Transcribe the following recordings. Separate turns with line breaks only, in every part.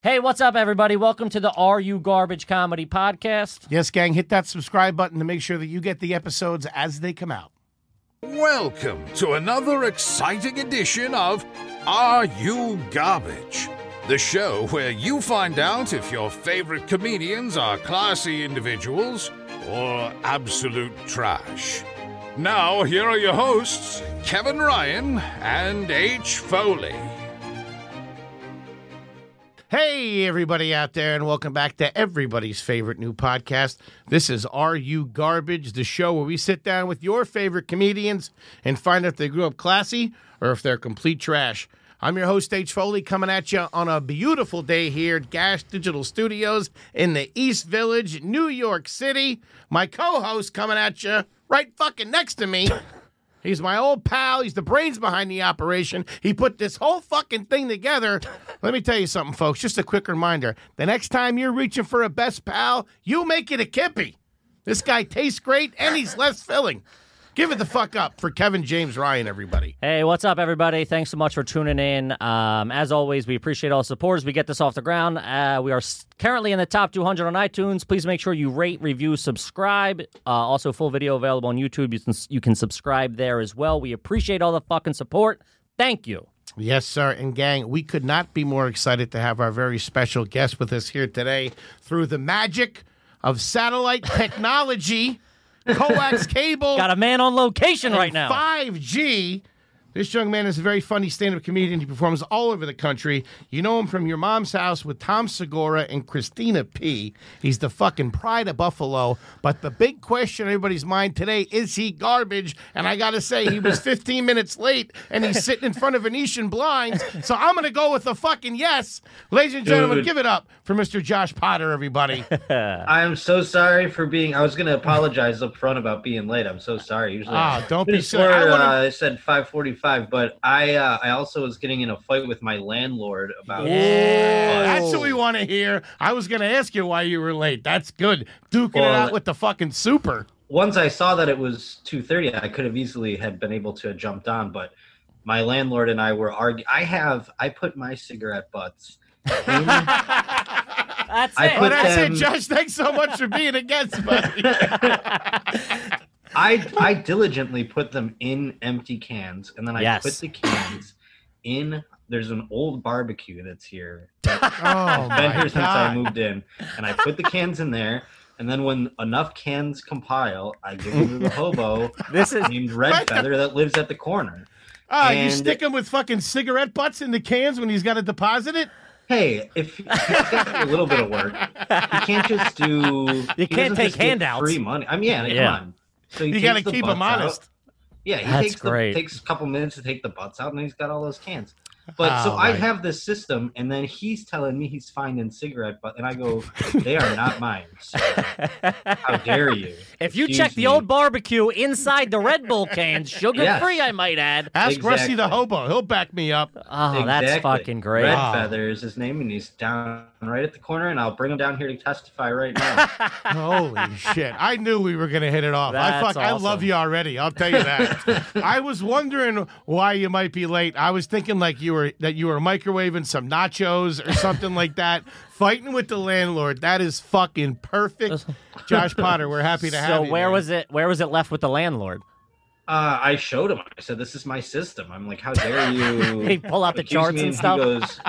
Hey, what's up, everybody? Welcome to the Are You Garbage Comedy Podcast.
Yes, gang, hit that subscribe button to make sure that you get the episodes as they come out.
Welcome to another exciting edition of Are You Garbage? The show where you find out if your favorite comedians are classy individuals or absolute trash. Now, here are your hosts, Kevin Ryan and H. Foley.
Hey, everybody out there, and welcome back to everybody's favorite new podcast. This is Are You Garbage, the show where we sit down with your favorite comedians and find out if they grew up classy or if they're complete trash. I'm your host, H. Foley, coming at you on a beautiful day here at Gash Digital Studios in the East Village, New York City. My co host coming at you right fucking next to me. He's my old pal. He's the brains behind the operation. He put this whole fucking thing together. Let me tell you something, folks. Just a quick reminder. The next time you're reaching for a best pal, you make it a kippy. This guy tastes great and he's less filling. Give it the fuck up for Kevin James Ryan, everybody.
Hey, what's up, everybody? Thanks so much for tuning in. Um, as always, we appreciate all the supporters. We get this off the ground. Uh, we are s- currently in the top 200 on iTunes. Please make sure you rate, review, subscribe. Uh, also, full video available on YouTube. You can, you can subscribe there as well. We appreciate all the fucking support. Thank you.
Yes, sir. And gang, we could not be more excited to have our very special guest with us here today through the magic of satellite technology, coax cable.
Got a man on location right
and
now.
5G. This young man is a very funny stand up comedian. He performs all over the country. You know him from Your Mom's House with Tom Segura and Christina P. He's the fucking pride of Buffalo. But the big question in everybody's mind today is he garbage? And I got to say, he was 15 minutes late and he's sitting in front of Venetian blinds. So I'm going to go with a fucking yes. Ladies and gentlemen,
Dude.
give it up for Mr. Josh Potter, everybody.
I am so sorry for being. I was gonna apologize up front about being late. I'm so sorry. Usually,
Ah, don't be
I
silly. I
swore,
wanna-
uh, I said 5:45, but I uh, I also was getting in a fight with my landlord about.
Yeah, that's what we want to hear. I was going to ask you why you were late. That's good. Duking it
Well,
out with the fucking super.
Once I saw that it was 2:30, I could have easily had been able to have jumped on, but my landlord and I were arguing. I have I put my cigarette butts. in-
That's
I
it.
But
put-
that's
um,
it, Josh. Thanks so much for being a guest, buddy.
I I diligently put them in empty cans, and then I
Yes.
put the cans in. There's an old barbecue that's here.
Oh,
Been here
my
since I
God.
moved in, and I put the cans in there. And then when enough cans compile, I give them to the hobo
This is
named Red Feather that lives at the corner.
Ah, you
And-
stick him with fucking cigarette butts in the cans when he's got to deposit it?
Hey, if he's got to do a little bit of work, you can't just do. he
can't
doesn't
take
just get
handouts.
Free money. I mean, yeah,
Yeah.
come on. So he
You got to
takes the
keep
butts
him
out.
honest.
Yeah, he
That's
takes the,
great.
takes a couple minutes to take the butts out, and then he's got all those cans. But so
Oh,
I
right.
have this system, and then he's telling me he's finding cigarette butts, and I go, "They are not mine. So how dare you?"
If you
Excuse
check the
me.
old barbecue inside the Red Bull cans, sugar free, I might add.
Ask Rusty
Exactly.
the hobo. He'll back me up.
Oh, that's
Exactly.
fucking great. Oh.
Red
Wow.
Feather is his name, and he's down right at the corner, and I'll bring him down here to testify right now.
Holy shit. I knew we were going to hit it off. I
That's
fuck, I love
awesome.
you already. I'll tell you that. I was wondering why you might be late. I was thinking like you were that you were microwaving some nachos or something like that, fighting with the landlord. That is fucking perfect. Josh Potter, we're happy to have
So
you.
where
man.
was it? Where was it left with the landlord?
uh, I showed him. I said, "This is my system." I'm like, "How dare you?"
He pull out the
accuse
charts
me?"
and
he
stuff.
goes,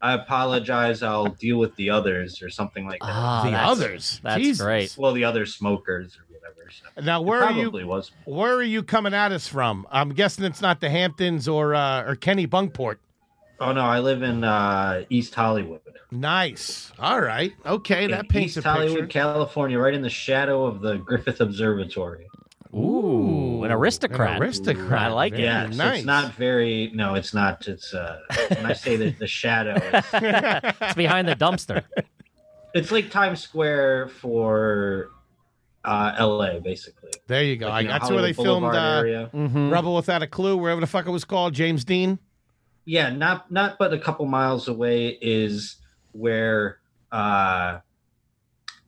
"I apologize. I'll deal with the others or something like that."
Ah,
the
that's-
others?
That's
Jesus.
great.
well, the other smokers or whatever. So.
Now
It
where are you
probably was.
where are you coming at us from? I'm guessing it's not the Hamptons or uh, or Kenny Bunkport.
Oh no, I live in uh, East Hollywood.
Nice. All right. Okay,
In
that paints
East
a
Hollywood,
picture.
California, right in the shadow of the Griffith Observatory.
Ooh, an aristocrat.
An aristocrat.
I like it.
Very
Yeah,
nice.
it's not very. No, it's not. It's uh, when I say the, the shadow, it's,
It's behind the dumpster.
it's like Times Square for uh, L.A. Basically.
There you go.
Like, you know,
that's where they
Hollywood
filmed
Boulevard
uh,
area. Mm-hmm.
Mhm.
Rebel Without a Clue, wherever the fuck it was called, James Dean.
Yeah, not not but a couple miles away is where uh,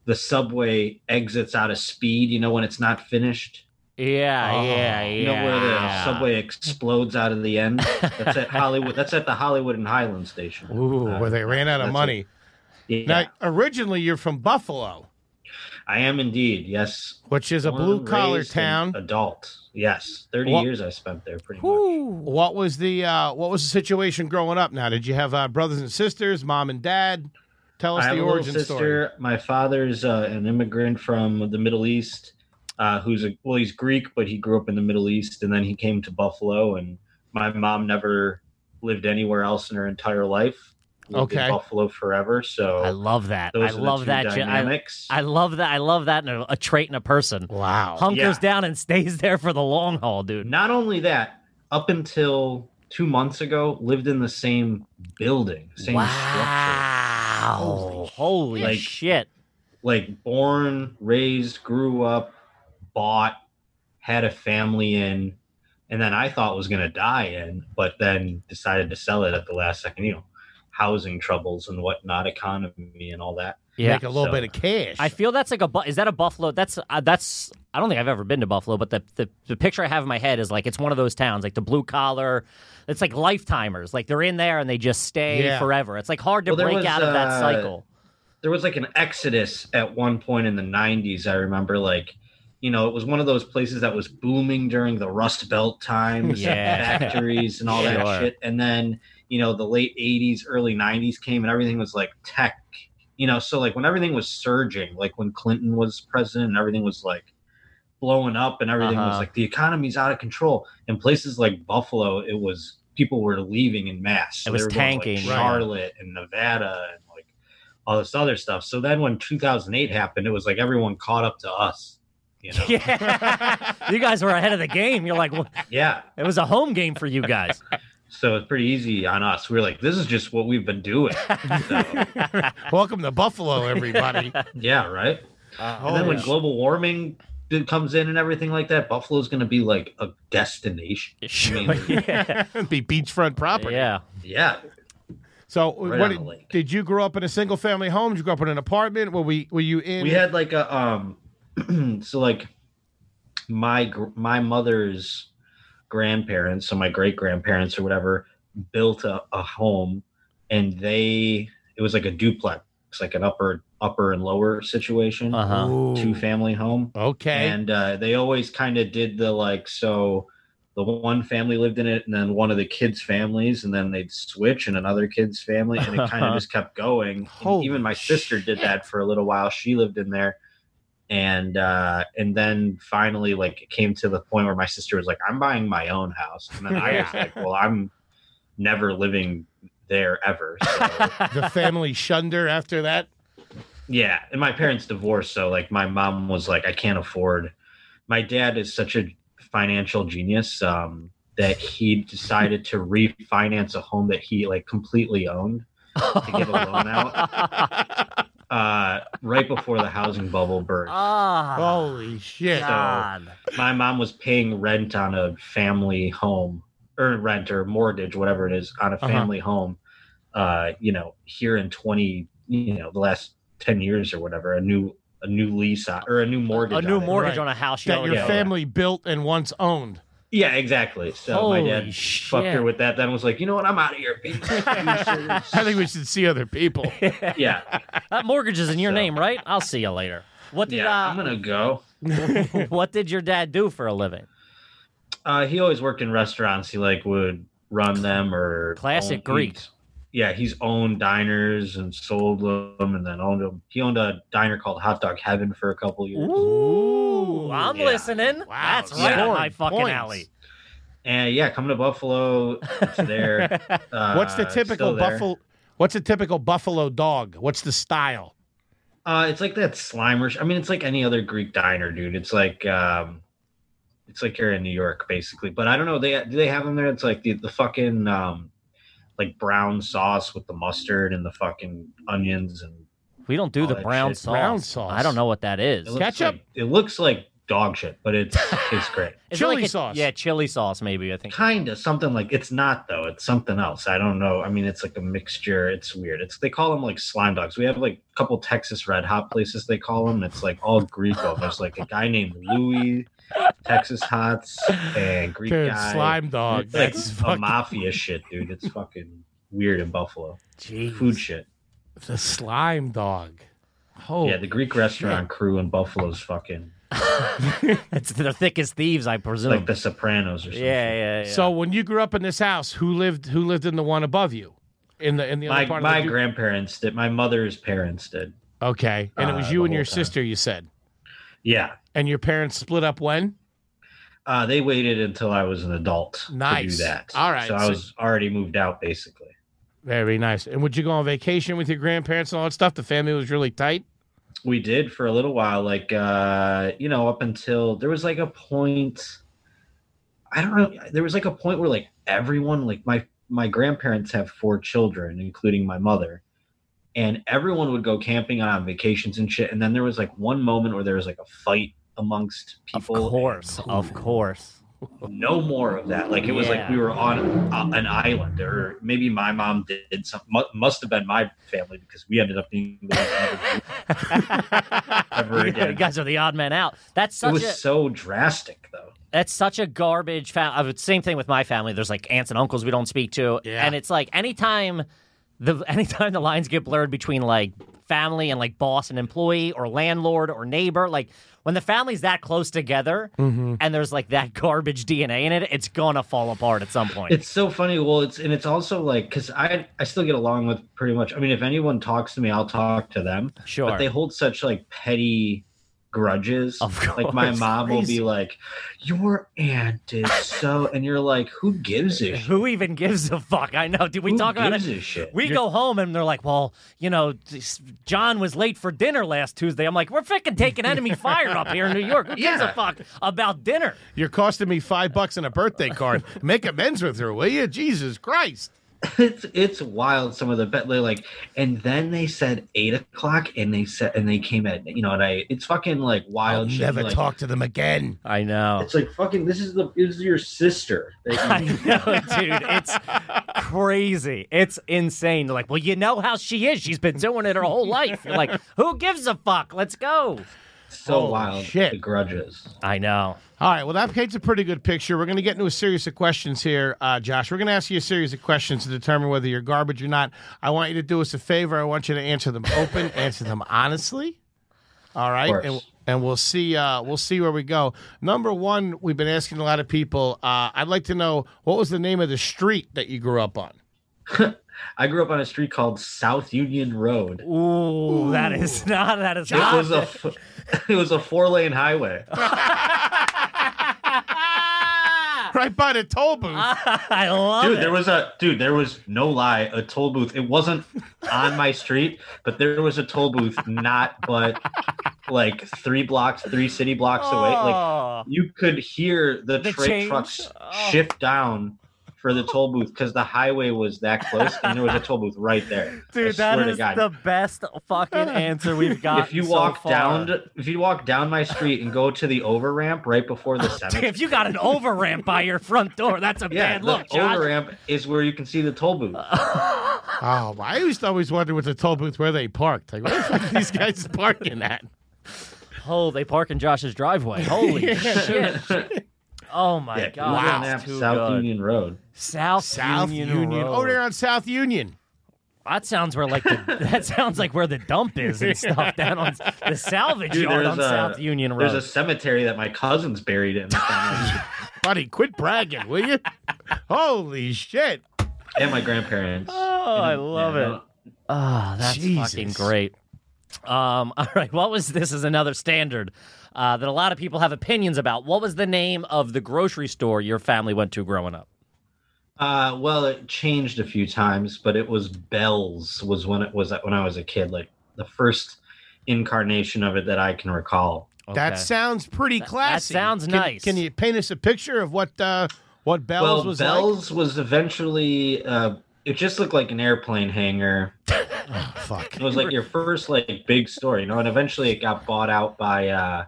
the subway exits out of speed. You know when it's not finished.
Yeah,
Oh,
yeah, yeah.
You know where the subway explodes out of the end? That's at Hollywood. That's at the Hollywood and Highland station.
Ooh,
Uh,
where they ran out of
that's
money.
Yeah,
Now, originally, you're from Buffalo,
I am indeed. Yes,
which is a
Born,
blue collar
raised,
town.
and Adult. Yes, thirty
What-
years I spent there, pretty much.
Whew.
What was the uh, what was the situation growing up? Now, did you have uh, brothers and sisters, mom and dad? Tell us
I have
the
a little
origin
sister.
story.
My father's uh, an immigrant from the Middle East, uh, who's a well, he's Greek, but he grew up in the Middle East, and then he came to Buffalo. And my mom never lived anywhere else in her entire life. Lived in
Okay.
Buffalo forever. So
I love that.
those
I
are the
love
two
that. ju- I,
dynamics.
I love that. I love that in a, a trait in a person.
Wow.
Hunkers
Yeah.
down and stays there for the long haul, dude.
Not only that, up until two months ago, lived in the same building, same structure.
Wow. Holy,
Holy
like,
Like-
shit.
Like born, raised, grew up, bought, had a family in, and then I thought was gonna die in, but then decided to sell it at the last second, you know, housing troubles and whatnot, economy and all that.
Yeah.
Make a little
so-
bit of cash.
I feel that's like a bu- is that a Buffalo? That's uh, that's I don't think I've ever been to Buffalo, but the, the the picture I have in my head is like it's one of those towns, like the blue collar. It's like lifetimers, like they're in there and they just stay
Yeah.
forever. It's like hard to
Well, there
break
was,
out of that
uh,
cycle.
there was like an exodus at one point in the 90s i remember like you know it was one of those places that was booming during the rust belt times
Yeah.
factories and all
Sure.
that shit and then you know the late 80s early 90s came and everything was like tech you know so like when everything was surging like when clinton was president and everything was like blowing up and everything
Uh-huh.
was like the economy's out of control in places like buffalo it was people were leaving in mass
It was
they were going to,
tanking,
like
right.
charlotte and nevada and like all this other stuff. So then when 2008 happened, it was like everyone caught up to us. You know?
Yeah, you guys were ahead of the game. You're like, well,
yeah.
it was a home game for you guys.
So it's pretty easy on us. We were like, this is just what we've been doing. So,
Welcome to Buffalo, everybody.
yeah, right. and then
Holy
when
sh-
global warming did- comes in and everything like that, Buffalo's going to be like a destination.
Sure, yeah.
be beachfront property.
yeah.
Yeah.
So,
Right
what
on the
did,
lake.
did you grow up in a single family home? Did you grow up in an apartment? Were we were you in?
we had like a um so like my gr- my mother's grandparents so my great grandparents or whatever built a, a home and they it was like a duplex like an upper upper and lower situation
Uh huh.
Ooh.
two family home
Okay.
and uh, they always kind of did the like so the one family lived in it and then one of the kids families and then they'd switch and another kid's family and it kind of just kept going And
Holy
even my sister did that for a little while she lived in there and uh and then finally like it came to the point where my sister was like i'm buying my own house and then i was like well i'm never living there ever so
the family shunned her after that.
yeah, and my parents divorced, so like my mom was like, I can't afford. My dad is such a financial genius um, that he decided to refinance a home that he like completely owned to get a loan out uh, right before the housing bubble burst.
Ah,
Holy shit!
God.
My mom was paying rent on a family home, or rent or mortgage, whatever it is, on a
Uh-huh.
family home. Uh, you know, here in twenty, you know, the last ten years or whatever, a new a new lease on, or a new mortgage,
A new
on it.
mortgage
Right.
on a house. you
Oh,
that your
already own.
family built and once owned.
Yeah, exactly. So
Holy
my dad
shit.
fucked her with that. Then was like, you know what? I'm out of here. bitch."
I think we should see other people.
yeah,
That mortgage is in your
So-
name, right? I'll see you later. What did
yeah. I'm
uh,
gonna go.
what did your dad do for a living?
Uh, he always worked in restaurants. He like would run them or
Classic
own-
Greek.
he's- Yeah, he's owned diners and sold them, and then owned them. He owned a diner called Hot Dog Heaven for a couple years.
Ooh, I'm
yeah.
listening. That's right
scoring
on my fucking
points.
alley.
And yeah, coming to Buffalo, it's there. Uh,
What's the
it's
typical
still there.
buffalo? What's a typical buffalo dog? What's the style?
Uh, it's like that Slimer. Sh- I mean, it's like any other Greek diner, dude. It's like, um, it's like you're in New York, basically. But I don't know. They do they have them there? It's like the the fucking um, like brown sauce with the mustard and the fucking onions and
We don't do
All
the
that
brown
shit.
sauce.
Brown sauce.
I don't know what that is.
it looks
Ketchup?
Like, it looks like dog shit, but it's it's great.
Is it
Chili
like a-
sauce.
Yeah, chili sauce. Maybe I think.
Kind of something like it's not though. It's something else. I don't know. I mean, it's like a mixture. It's weird. It's they call them like slime dogs. We have like a couple Texas Red Hot places they call them. It's like all Greek. though. There's like a guy named Louis, Texas Hots, and Greek
Dude,
guy.
slime dog.
It's like oh
That's
a
fucking.
mafia shit, dude. It's fucking weird in Buffalo.
Jeez.
Food shit.
The slime dog. Oh,
Yeah, the Greek restaurant crew in Buffalo's fucking
It's the thickest thieves, I presume.
like the Sopranos or
yeah,
something.
yeah, yeah.
So when you grew up in this house, who lived who lived in the one above you? In the in the
My
other part
my
of the
grandparents did. My mother's parents did.
Okay. And it
uh,
was you
the
and your
whole time.
sister, you said.
Yeah,
And your parents split up when?
uh, they waited until I was an adult to
Nice.
do that.
All right,
so I
so-
was already moved out basically.
Very nice. And would you go on vacation with your grandparents and all that stuff? The family was really tight.
We did for a little while, like uh, you know, up until there was like a point. I don't know. There was like a point where like everyone, like my my grandparents have four children, including my mother, and everyone would go camping on vacations and shit. And then there was like one moment where there was like a fight amongst
of
people.
course, of course.
no more of that. Like it was like
Yeah.
we were on uh, an island, or maybe my mom did something. Mu- must have been my family because we ended up being the ones never- Ever
you,
again.
guys are the odd man out. That's
it
such
was
a
so drastic, though.
that's such a garbage family. Same thing with my family. There's like aunts and uncles we don't speak to,
Yeah.
and it's like anytime the anytime the lines get blurred between like family and like boss and employee or landlord or neighbor, like when the family's that close together
Mm-hmm.
and there's like that garbage DNA in it, it's gonna fall apart at some point.
It's so funny. Well, it's and it's also like because I I still get along with pretty much. I mean, if anyone talks to me, I'll talk to them.
sure.
But they hold such like petty grudges.
Of
Like my
course.
mom will be like, "Your aunt is so," and you're like, "Who gives a shit?
Who even gives a fuck? I know. Did we
Who
talk about it?
gives a shit?"
We go home and they're like, "Well, you know, this- John was late for dinner last Tuesday." I'm like, "We're freaking taking enemy fire up here in New York. Who gives a
Yeah.
fuck about dinner?"
You're costing me five bucks and a birthday card. Make amends with her, will you? Jesus Christ.
it's it's wild some of the bet they're like and then they said eight o'clock and they said and they came at you know and i it's fucking like wild
I'll
shit.
never
like,
talk to them again.
I know.
it's like fucking this is the this is your sister
I
that you-
know, dude. It's crazy. It's insane. They're like, "Well, you know how she is. She's been doing it her whole life." You're like, "Who gives a fuck? Let's go."
so
Holy
wild
shit.
the grudges
I know.
All right. Well, that paints a pretty good picture. We're going to get into a series of questions here, uh, Josh. We're going to ask you a series of questions to determine whether you're garbage or not. I want you to do us a favor. I want you to answer them open, answer them honestly. All right,
course.
and, and we'll see. Uh, we'll see where we go. Number one, we've been asking a lot of people. Uh, I'd like to know what was the name of the street that you grew up on.
i grew up on a street called south union road
Ooh, that is not. That is
it
Oh,
not.
was a f- it was a four lane highway
Right by the toll booth.
I love
dude
it.
there was a dude there was no lie a toll booth it wasn't on my street but there was a toll booth not but like three blocks three city blocks away like
Oh.
you could hear the,
The
tra-
change?
trucks
Oh.
shift down for the toll booth because the highway was that close and there was a toll booth right there. I
Dude,
swear
that
to
is
God.
the best fucking answer we've got.
if you
so
walk
far.
down, to- if you walk down my street and go to the over ramp right before the cemetery,
if you got an over ramp by your front door, that's a
yeah,
bad
the
look, Josh.
over ramp is where you can see the toll booth.
oh, I used to always wonder with the toll booth where they parked. Like, where the fuck are these guys parking at?
Oh, they park in Josh's driveway. Holy shit! Oh my
Yeah,
god!
Google
that's
Maps,
too
South
good.
Union Road.
South,
South Union.
Road.
Oh, they're on South Union.
That sounds where like the, that sounds like where the dump is and stuff down on the salvage
Dude,
yard
there's
on
a-
South Union Road.
There's a cemetery that my cousin's buried in,
Buddy, quit bragging, will you? Holy shit.
and my grandparents.
oh, I love
Yeah,
it. Oh, that's fucking
Jesus.
great. Um, all right, what was this? Is another standard uh, that a lot of people have opinions about. What was the name of the grocery store your family went to growing up?
Uh, well, it changed a few times, but it was Bell's was when it was when I was a kid, like the first incarnation of it that I can recall.
That
Okay.
sounds pretty
that
classy.
sounds
Can-
nice.
Can you paint us a picture of what uh, what Bell's
well,
was
Bell's was eventually. Uh, it just looked like an airplane hangar.
like? Fuck.
It was like your first like big store, you know. And eventually, it got bought out by uh,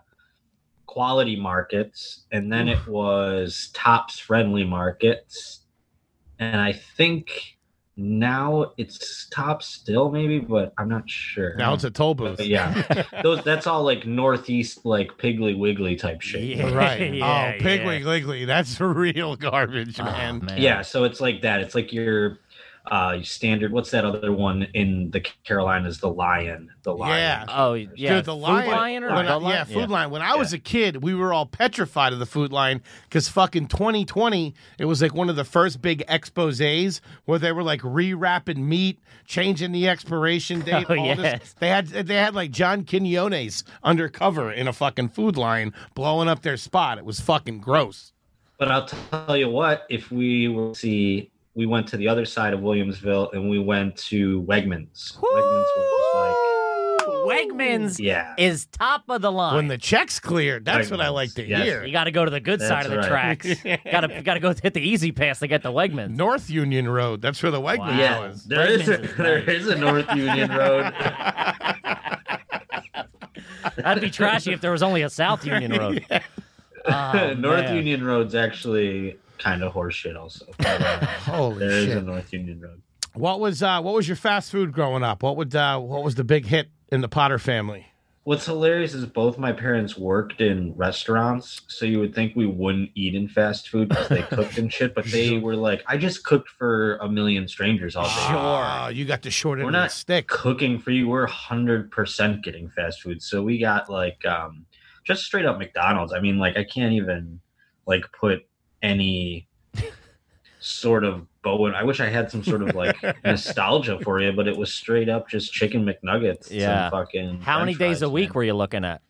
Quality Markets, and then it was Tops Friendly Markets, and I think now it's Tops still maybe, but I'm not sure.
Now it's a toll booth.
But yeah, those that's all like northeast, like Piggly Wiggly type shit. Yeah.
Right.
Yeah,
oh, Pigwig
yeah.
Liggly. That's real garbage,
Oh,
man.
man.
so it's like that. It's like your uh, standard. What's that other one in the Carolinas? The Lion. The Lion.
Yeah.
Oh yeah,
Dude, the
Food
lion,
lion or
when
the
I-
lion?
yeah, food line. When I was a kid, we were all petrified of the food line because fucking 2020, it was like one of the first big exposes where they were like rewrapping meat, changing the expiration date.
Oh,
all this.
yes.
They had they had like John Quinones undercover in a fucking food line blowing up their spot. It was fucking gross.
But I'll tell you what, if we were to see, we went to the other side of Williamsville and we went to Wegmans. Wegmans was
Wegmans
like, yeah.
is top of the line.
When the checks cleared, that's what I
Wegmans,
like to
yes.
hear.
you got to go to the good
That's
side of the
right.
tracks. got to got to go hit the easy pass to get the Wegmans.
North Union Road. That's where the Wegmans
Wow.
yeah,
was.
there is a,
Wegmans is
there is a North Union Road.
That'd be trashy if there was only a South Union Road. Oh,
North
man.
Union Road's actually kind of horseshit, also. But, uh,
Holy
there is
shit.
a North Union Road.
What was uh, what was your fast food growing up? What would uh, what was the big hit in the Potter family?
What's hilarious is both my parents worked in restaurants, so you would think we wouldn't eat in fast food because they cooked and shit, but they were like, I just cooked for a million strangers all day.
Ah, you got the short end
Oh, We're
of the
not
stick.
cooking for you. We're 100% getting fast food. So we got like um, just straight up McDonald's. I mean, like, I can't even like put any sort of Bowen. I wish I had some sort of like nostalgia for you, but it was straight up just chicken McNuggets. and
Yeah.
fucking
How many
french
days a
fries,
week
man.
were you looking at?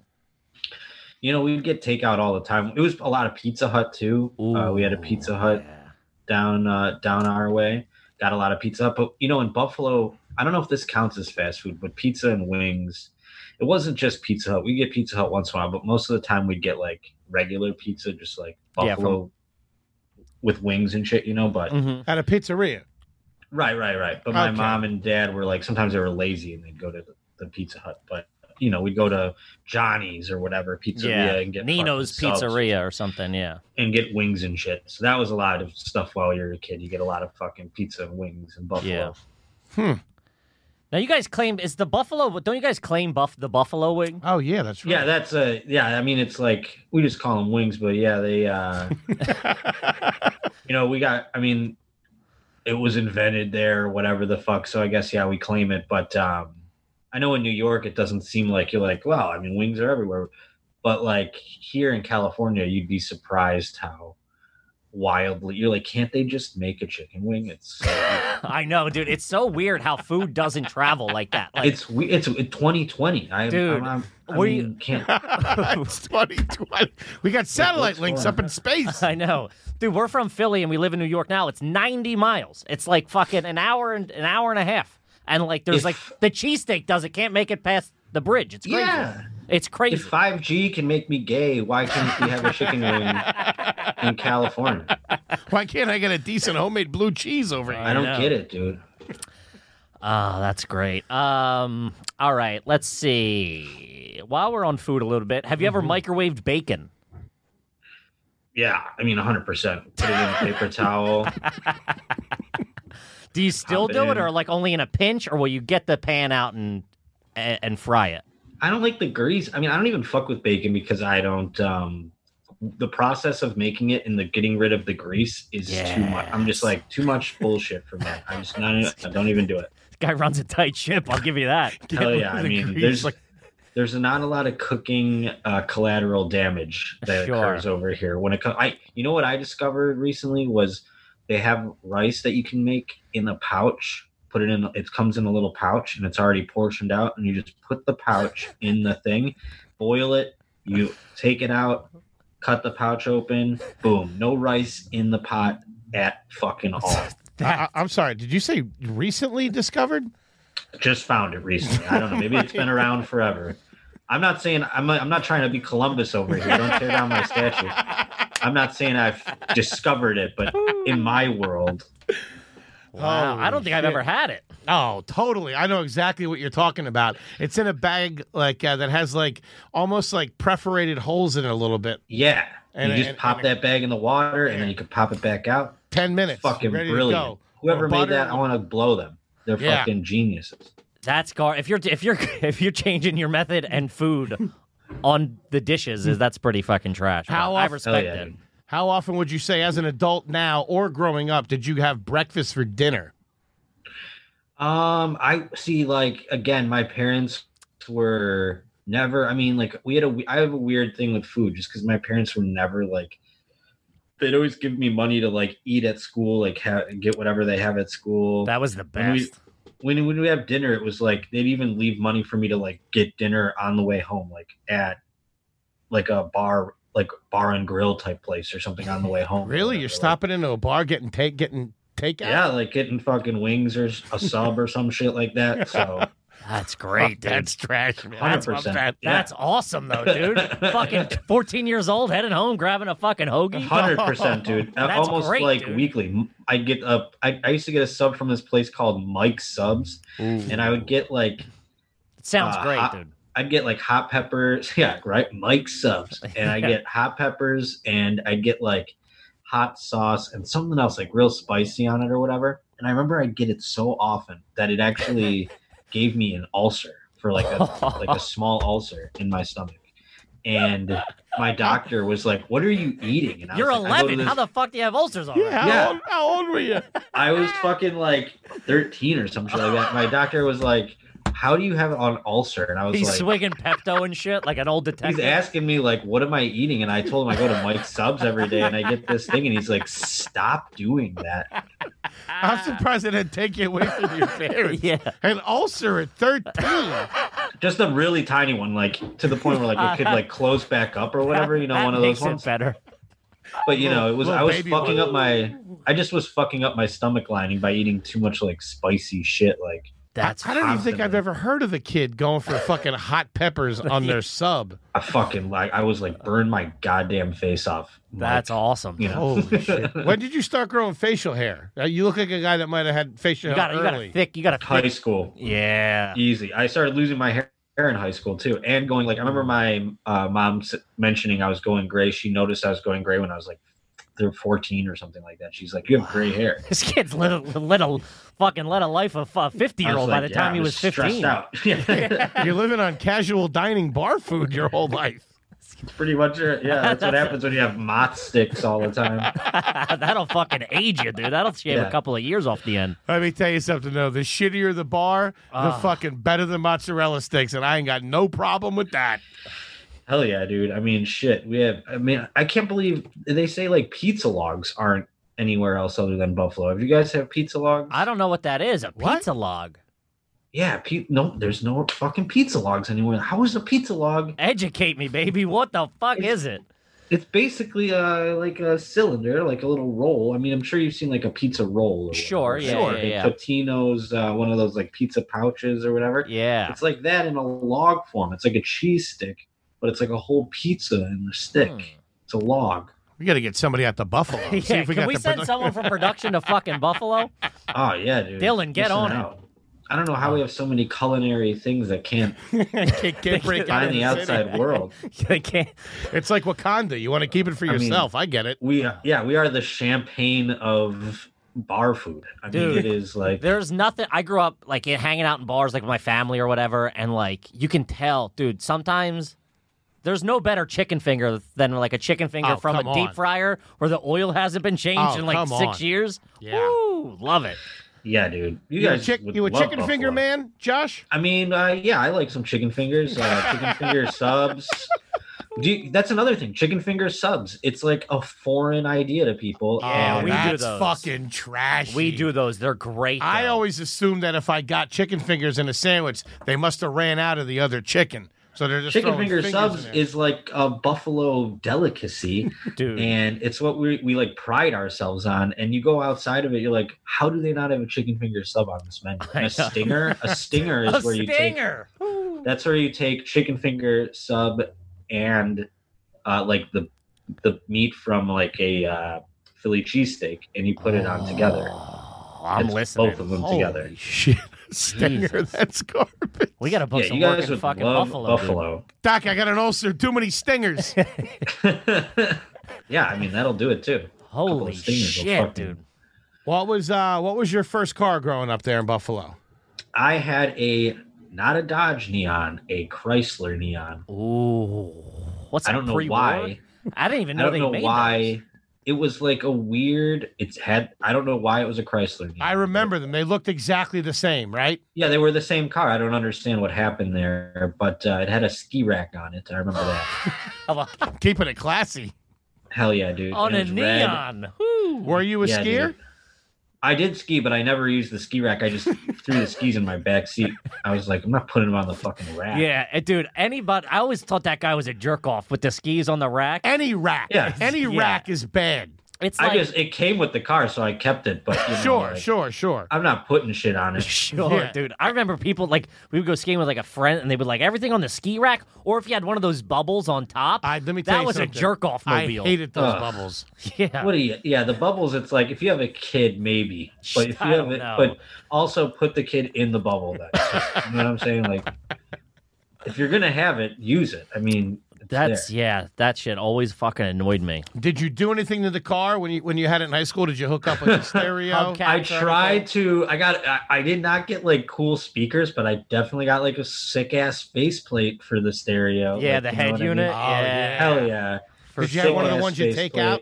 You know, we'd get takeout all the time. It was a lot of Pizza Hut too. Uh, we had a Pizza Hut
yeah.
down uh, down our way. Got a lot of pizza, but you know, in Buffalo, I don't know if this counts as fast food, but pizza and wings. It wasn't just Pizza Hut. We get Pizza Hut once in a while, but most of the time we'd get like regular pizza, just like
Yeah,
Buffalo with wings and shit, you know. But
Mhm.
At a pizzeria.
right, right, right. But my
Okay.
mom and dad were like sometimes they were lazy and they'd go to the, the Pizza Hut, but you know, we'd go to Johnny's or whatever pizzeria and
Yeah,
get
Nino's
fucking subs
Pizzeria or something. Yeah.
and get wings and shit. So that was a lot of stuff while you were a kid. You get a lot of fucking pizza and wings and
Yeah.
buffalo.
Hmm.
Now you guys claim is the buffalo? Don't you guys claim buff the buffalo wing?
Oh yeah, that's
Yeah,
right.
that's a yeah. I mean, it's like we just call them wings, but yeah, they. uh You know, we got. I mean, it was invented there, whatever the fuck. So I guess yeah, we claim it. But um I know in New York, it doesn't seem like you're like, wow. I mean, wings are everywhere, but like here in California, you'd be surprised how wildly you're like, can't they just make a chicken wing? It's so
I know, dude. It's so weird how food doesn't travel like that. Like,
it's we it's it- 2020. I,
Dude,
I'm, I'm, I
were
mean,
you-
can't.
it's 2020. We got satellite
what's
links
going
up in space.
I know, dude. We're from Philly and we live in New York now. It's 90 miles. It's like fucking an hour and an hour and a half. And like, there's
If-
like the cheesesteak does it can't make it past the bridge. It's crazy.
Yeah.
It's crazy.
If 5G can make me gay, why can't we have a chicken wing in California?
Why can't I get a decent homemade blue cheese over
Uh,
here?
I don't
know.
get it, dude.
Oh, that's great. Um, all right, let's see. While we're on food a little bit, have you ever
Mm-hmm.
microwaved bacon?
Yeah, I mean, 100. percent Put it in a paper towel.
Do you still
Pop it
do it,
in.
or like only in a pinch, or will you get the pan out and and, and fry it?
I don't like the grease. I mean, I don't even fuck with bacon because I don't. um The process of making it and the getting rid of the grease is too much. I'm just
Yes.
like too much bullshit for me. I'm just not. I don't even do it.
This guy runs a tight ship. I'll give you that.
Hell
rid
yeah!
of
I
the
mean,
grease,
there's
like-
there's not a lot of cooking uh, collateral damage that
Sure.
occurs over here. When it comes, I you know what I discovered recently was they have rice that you can make in a pouch. Put it in. It comes in a little pouch and it's already portioned out, and you just put the pouch in the thing, boil it. You take it out, cut the pouch open. Boom! No rice in the pot at fucking all.
I, I, am sorry. Did you say recently discovered?
just found it recently. I don't know. Maybe it's been around forever. I'm not saying I'm. I'm not trying to be Columbus over here. Don't tear down my statue. I'm not saying I've discovered it, but in my world,
Wow, I don't think I've
shit.
ever had it.
Oh, totally. I know exactly what you're talking about. It's in a bag like uh, that has like almost like perforated holes in it a little bit.
yeah,
And-
you just
and-
pop
and-
that bag in the water, and then you can pop it back out.
Ten minutes.
Fucking
ready
brilliant.
To go.
Whoever
Or
made
butter.
that, I want to blow them. They're
Yeah.
fucking geniuses.
That's gar. If you're if you're if you're changing your method and food on the dishes, is that's pretty fucking trash. but
How
I
often-
Hell
respect
yeah,
it.
dude.
How often would you say, as an adult now or growing up, did you have breakfast for dinner?
Um, I see. Like again, my parents were never. I mean, like we had a. I have a weird thing with food, just because my parents were never like. They'd always give me money to like eat at school, like ha- get whatever they have at school.
That was the
When we-
best.
when when we have dinner, it was like they'd even leave money for me to like get dinner on the way home, like at like a bar, like bar and grill type place or something on the way home.
Really,
Or,
you're
like,
stopping into a bar, getting take, getting takeout.
Yeah, like getting fucking wings or s- a sub or some shit like that. So
That's
Fuck,
great, dude.
that's trash, man. That's my
100%.
bad.
Yeah.
That's awesome though, dude. fucking 14 years old, heading home, grabbing a fucking hoagie.
hundred percent, dude. Uh,
That's
Almost
great,
like
dude.
weekly, I get a. I, I used to get a sub from this place called Mike's Subs,
Mm.
and I would get like
Sounds
Uh,
great,
I-
dude.
I'd get like hot peppers, yeah, right, Mike subs, and I get hot peppers, and I get like hot sauce and something else like real spicy on it or whatever. And I remember I'd get it so often that it actually gave me an ulcer for like a, like a small ulcer in my stomach. And my doctor was like, "What are you eating?" And I
You're
was like, I go to
11.
this-
How the fuck do you have ulcers already?
Yeah, how,
Yeah.
Old, how old were you?
I was fucking like 13 or something like that. My doctor was like, "How do you have an ulcer?" And I was
He's
like,
swigging Pepto and shit like an old
He's
detective.
asking me like, "What am I eating?" And I told him I go to Mike's Subs every day, and I get this thing, and he's like, "Stop doing that."
I'm surprised they didn't take you away from your parents.
yeah.
An ulcer at 13.
Just a really tiny one, like to the point where like it could like close back up or whatever, you know,
that
one of those
makes it
ones.
better.
But you know, it was
Little
I was
baby
fucking
one.
up my, I just was fucking up my stomach lining by eating too much like spicy shit. Like
That's
I don't even think I've
constantly.
ever heard of a kid going for fucking hot peppers on their sub.
I fucking like I was like burn my goddamn face off.
that's
Mike,
awesome.
You know,
Holy shit. When did you start growing facial hair? Uh, You look like a guy that might have had facial
You
hair
got a, you got
early.
a thick. You got a
high
thick.
school.
Yeah.
easy. I started losing my hair, hair in high school too, and going like I remember my uh, mom s- mentioning I was going gray. She noticed I was going gray when I was like through fourteen or something like that. She's like, "You have gray hair."
This kid's led a, led a fucking led a life of uh, 50 year old by the time he was 15.
stressed out.
You're living on casual dining bar food your whole life.
Pretty much, it. yeah. That's what happens when you have mott sticks all the time.
That'll fucking age you, dude. That'll shave
Yeah.
a couple of years off the end.
Let me tell you something though. The shittier the bar, the
Ah.
fucking better the mozzarella sticks, and I ain't got no problem with that.
Hell yeah, dude. I mean, shit. We have. I mean, I can't believe they say like pizza logs aren't anywhere else other than Buffalo. Have you guys have pizza logs?
I don't know what that is. A
What?
pizza log.
yeah, pe- no. There's no fucking pizza logs anywhere. How is a pizza log
Educate me, baby. What the fuck
It's-
is it?
It's basically uh like a cylinder, like a little roll. I mean, I'm sure you've seen like a pizza roll. Or
Sure,
whatever,
yeah,
right?
yeah,
Like
yeah.
Totino's, uh, one of those like pizza pouches or whatever.
Yeah.
It's like that in a log form. It's like a cheese stick, but it's like a whole pizza in the stick.
Hmm.
It's a log.
We got to get somebody out to Buffalo.
Yeah,
see if we
can
got
we
the
send
produ-
someone from production to fucking Buffalo?
Oh yeah, dude.
Dylan, get
Listen
on it. Oh.
out. I don't know how we have so many culinary things that can't
Can't- can't break out
find
of
the
the city.
outside world.
They can't.
It's like Wakanda. You want to keep it for
I mean-
yourself. I get it.
We yeah, we are the champagne of bar food. I
Dude.
mean, it is like
There's nothing. I grew up like hanging out in bars, like with my family or whatever, and like you can tell, dude. Sometimes there's no better chicken finger than like a chicken finger
Oh,
from a
come
deep
on.
fryer where the oil hasn't been changed
Oh,
in like
come
six
on.
years.
Yeah.
Woo, love it.
yeah, dude. You
You, a,
guys
chick,
would
you a
love
chicken finger
Buffalo.
man, Josh?
I mean, uh, yeah, I like some chicken fingers, uh, chicken finger subs. Do you, that's another thing, chicken finger subs. It's like a foreign idea to people.
Yeah,
oh,
we do
that's
those.
fucking trashy.
We do those. They're great.
I
though.
always assumed that if I got chicken fingers in a sandwich, they must have ran out of the other chicken. So they're just
chicken
throwing
finger
fingers
subs
in there.
is like a buffalo delicacy,
dude.
and it's what we we like pride ourselves on. And you go outside of it, you're like, how do they not have a chicken finger sub on this menu? And
I
a
know.
stinger, a stinger is
a
where you take
stinger.
That's where you take chicken finger sub and uh, like the the meat from like a uh, Philly cheesesteak, and you put it on together.
Oh, I'm
It's
listening.
Both of them
Holy
together.
shit. Stinger,
Jesus.
that's garbage.
We gotta book
Yeah,
some
you
work
guys
in
would
fucking
love
Buffalo. dude.
Buffalo.
Doc, I got an ulcer. Too many stingers.
yeah, I mean that'll do it too. of
Holy
stingers will
shit,
fucking-
dude.
what was uh what was your first car growing up there in Buffalo?
I had a not a Dodge Neon, a Chrysler Neon.
Ooh. What's
I
that
don't know
pre-war?
why.
I didn't even
I
know
don't
they
know
made
why.
those.
it was like a weird. It's had. I don't know why it was a Chrysler.
I remember them. They looked exactly the same, right?
Yeah, they were the same car. I don't understand what happened there, but uh, it had a ski rack on it. I remember that.
I'm keeping it classy.
Hell yeah, dude.
on
And
a
it was red.
neon. Whew.
Were you a
Yeah,
skier?
dude. I did ski, but I never used the ski rack. I just threw the skis in my back seat. I was like, I'm not putting them on the fucking rack.
Yeah, eh, dude. Anybody? I always thought that guy was a jerk off with the skis on the rack.
Any rack.
Yeah.
Any
Yeah.
rack is bad.
It's
I
like
just it came with the car, so I kept it. But you know,
Sure,
like,
sure, sure.
I'm not putting shit on it.
Sure,
Yeah.
dude. I remember people like we would go skiing with like a friend, and they would like everything on the ski rack, or if you had one of those bubbles on top.
I, let me tell
that
you
was
something.
a jerk off
I
mobile.
hated those
Ugh.
bubbles.
yeah,
What do you? Yeah, the bubbles. It's like if you have a kid, maybe. But if you
I
have
don't
it,
know.
but also put the kid in the bubble. Then you know what I'm saying? Like, if you're gonna have it, use it. I mean, it's
that's
there.
yeah. That shit always fucking annoyed me.
Did you do anything to the car when you when you had it in high school? Did you hook up like a stereo?
Hubcap.
I
Cats or
tried to. I got. I, I did not get like cool speakers, but I definitely got like a sick ass faceplate for the stereo.
yeah,
Oh, like,
the
you know
head
what I mean?
unit.
Oh, yeah.
Hell yeah.
For
Did you have one of the
Sick-ass
ones you take
faceplate.
out?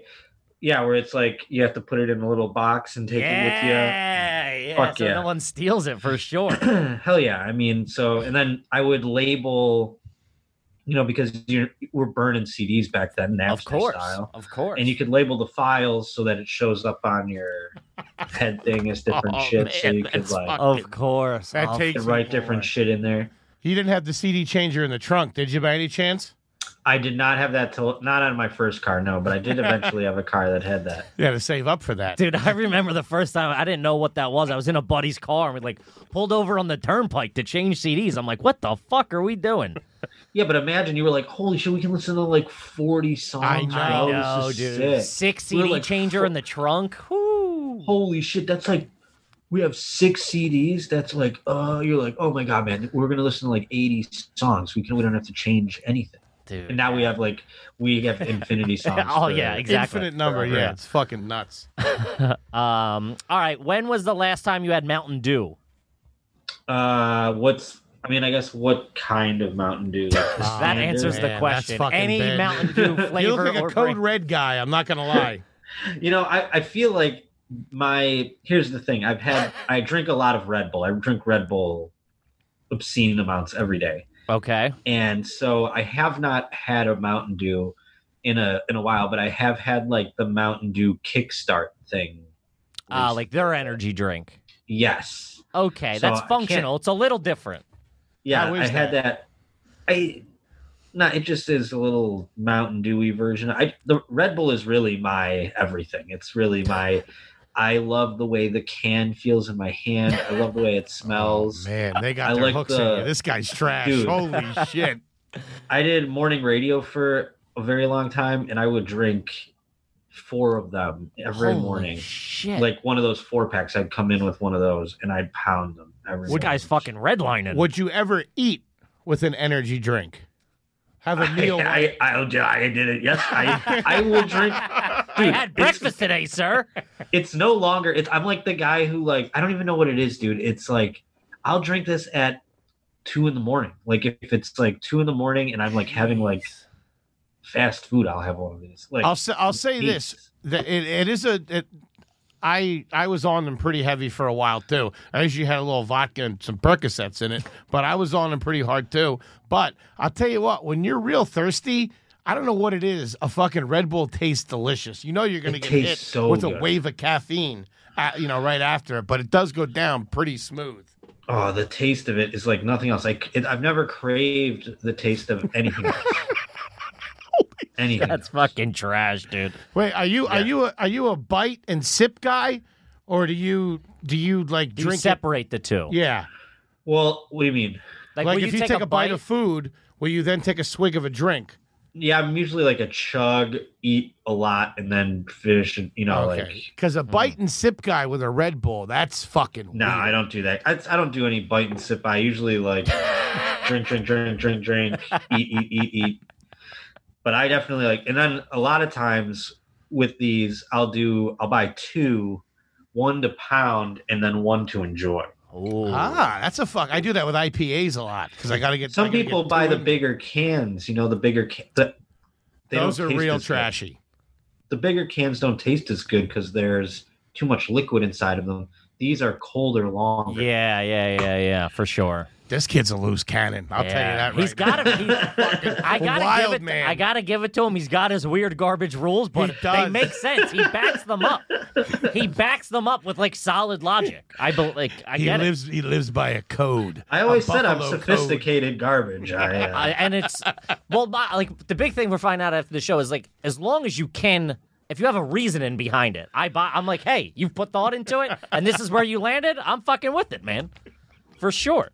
Yeah, where it's like you have to put it in a little box and take it with you.
yeah, yeah.
Fuck
so
yeah.
no one steals it for sure.
hell yeah i mean so and then i would label you know because you're we're burning cds back then
of
napster
course,
style
of course.
and you could label the files so that it shows up on your head thing as different
Oh,
shit so
man,
you could
that's
like
fucked.
of course.
That
of-
you
takes
could write different shit in there
You didn't have the CD changer in the trunk, did you? By any chance?
i did not have that till not on my first car no but i did eventually have a car that had that
You had to save up for that.
Dude, I remember the first time I didn't know what that was. I was in a buddy's car and we like pulled over on the turnpike to change CDs. I'm like, what the fuck are we doing?
yeah but imagine you were like holy shit we can listen to like 40 songs
I
bro.
know,
This is sick.
Six
We were
CD
like
changer in the trunk. Whoo.
holy shit, that's like we have six CDs. That's like, uh, you're like, oh my god, man, we're gonna listen to like 80 songs. We can we don't have to change anything.
Dude.
And now we have like we have infinity songs.
Oh,
for-
yeah, exactly.
Infinite number,
Yeah.
yeah. It's fucking nuts.
Um, all right. When was the last time you had Mountain Dew?
Uh, what's I mean, I guess what kind of Mountain Dew?
that answers the
man,
question.
that's fucking
Any
bad.
Mountain Dew
You
flavor
look like
or
a code
brand-
red guy. I'm not gonna lie.
You know, I I feel like my here's the thing. I've had I drink a lot of Red Bull. I drink Red Bull obscene amounts every day.
Okay.
and so I have not had a Mountain Dew in a in a while, but I have had like the Mountain Dew kickstart thing.
Uh, like their energy drink.
yes,
Okay,
So I
that's
can't-
functional. It's a little different.
yeah,
How
I
is
had that. I no, it just is a little Mountain Dewy version. I the Red Bull is really my everything. It's really my. I love the way the can feels in my hand. I love the way
Oh,
it smells.
Man, they got
I
their
like
hooks in
the-
you. This guy's trash.
Dude.
Holy shit.
I did morning radio for a very long time, and I would drink four of them every
Holy
morning.
Shit.
like one of those four packs. I'd come in with one of those and I'd pound them. Every
this guy's fucking redlining.
Would you ever eat with an energy drink? Have a
I,
meal.
I, I'll do- I did it. Yes, I I will drink.
I
Dude,
had
it's-
breakfast today, sir.
It's no longer. It's I'm like the guy who like I don't even know what it is, dude. It's like I'll drink this at two in the morning. Like if, if it's like two in the morning and I'm like having like fast food, I'll have one of these. Like
I'll say, I'll say this:
Jesus.
that it, it is a. It, I I was on them pretty heavy for a while too. I usually had a little vodka and some Percocets in it, but I was on them pretty hard too. But I'll tell you what: when you're real thirsty, I don't know what it is. A fucking Red Bull tastes delicious. You know you're going to
It
get
tastes
hit
so
with a
good.
wave of caffeine, uh, you know, right after it. But it does go down pretty smooth.
oh, the taste of it is like nothing else. Like it, I've never craved the taste of anything. else. anything.
That's fucking trash, dude.
Wait, are you are
Yeah.
you a, are you a bite and sip guy, or do you do you like
Do you
drink? it-
separate the two?
Yeah.
Well, what do you mean?
Like,
Like,
will
if you take, a, bite, of food, will you then take a swig of a drink?
Yeah, I'm usually like a chug, eat a lot, and then finish. and, You know,
okay.
Oh, like mm.
Because a bite and sip guy with a Red Bull, that's fucking
no,
weird.
I don't do that. I, I don't do any bite and sip. I usually like drink, drink, drink, drink, drink, eat, eat, eat, eat. But I definitely like, and then a lot of times with these, I'll do, I'll buy two, one to pound, and then one to enjoy.
Ooh.
Ah, that's a fuck. I do that with IPAs a lot because I got to get. I
Some
gotta get
people
two
buy the
in.
bigger cans. You know, the bigger. Ca- the, they
Those
don't
are
taste
real
as good.
trashy.
the bigger cans don't taste as good because there's too much liquid inside of them. These are colder longer.
Yeah, yeah, yeah, yeah, for sure.
This kid's a loose cannon. I'll tell you
Yeah.
that.
He's
right
got it. He's, I gotta
Wild
give it.
man.
I gotta give it to him. He's got his weird garbage rules, but they
does.
make sense. He backs them up. He backs them up with like solid logic. I be, like. I
He
get it.
lives. He lives by a code.
I always
A
said I'm
Buffalo code.
sophisticated garbage. I am.
I- and it's well, my- like the big thing we're finding out after the show is like as long as you can, if you have a reasoning behind it, I buy. I'm like, hey, you've put thought into it, and this is where you landed. I'm fucking with it, man, for sure.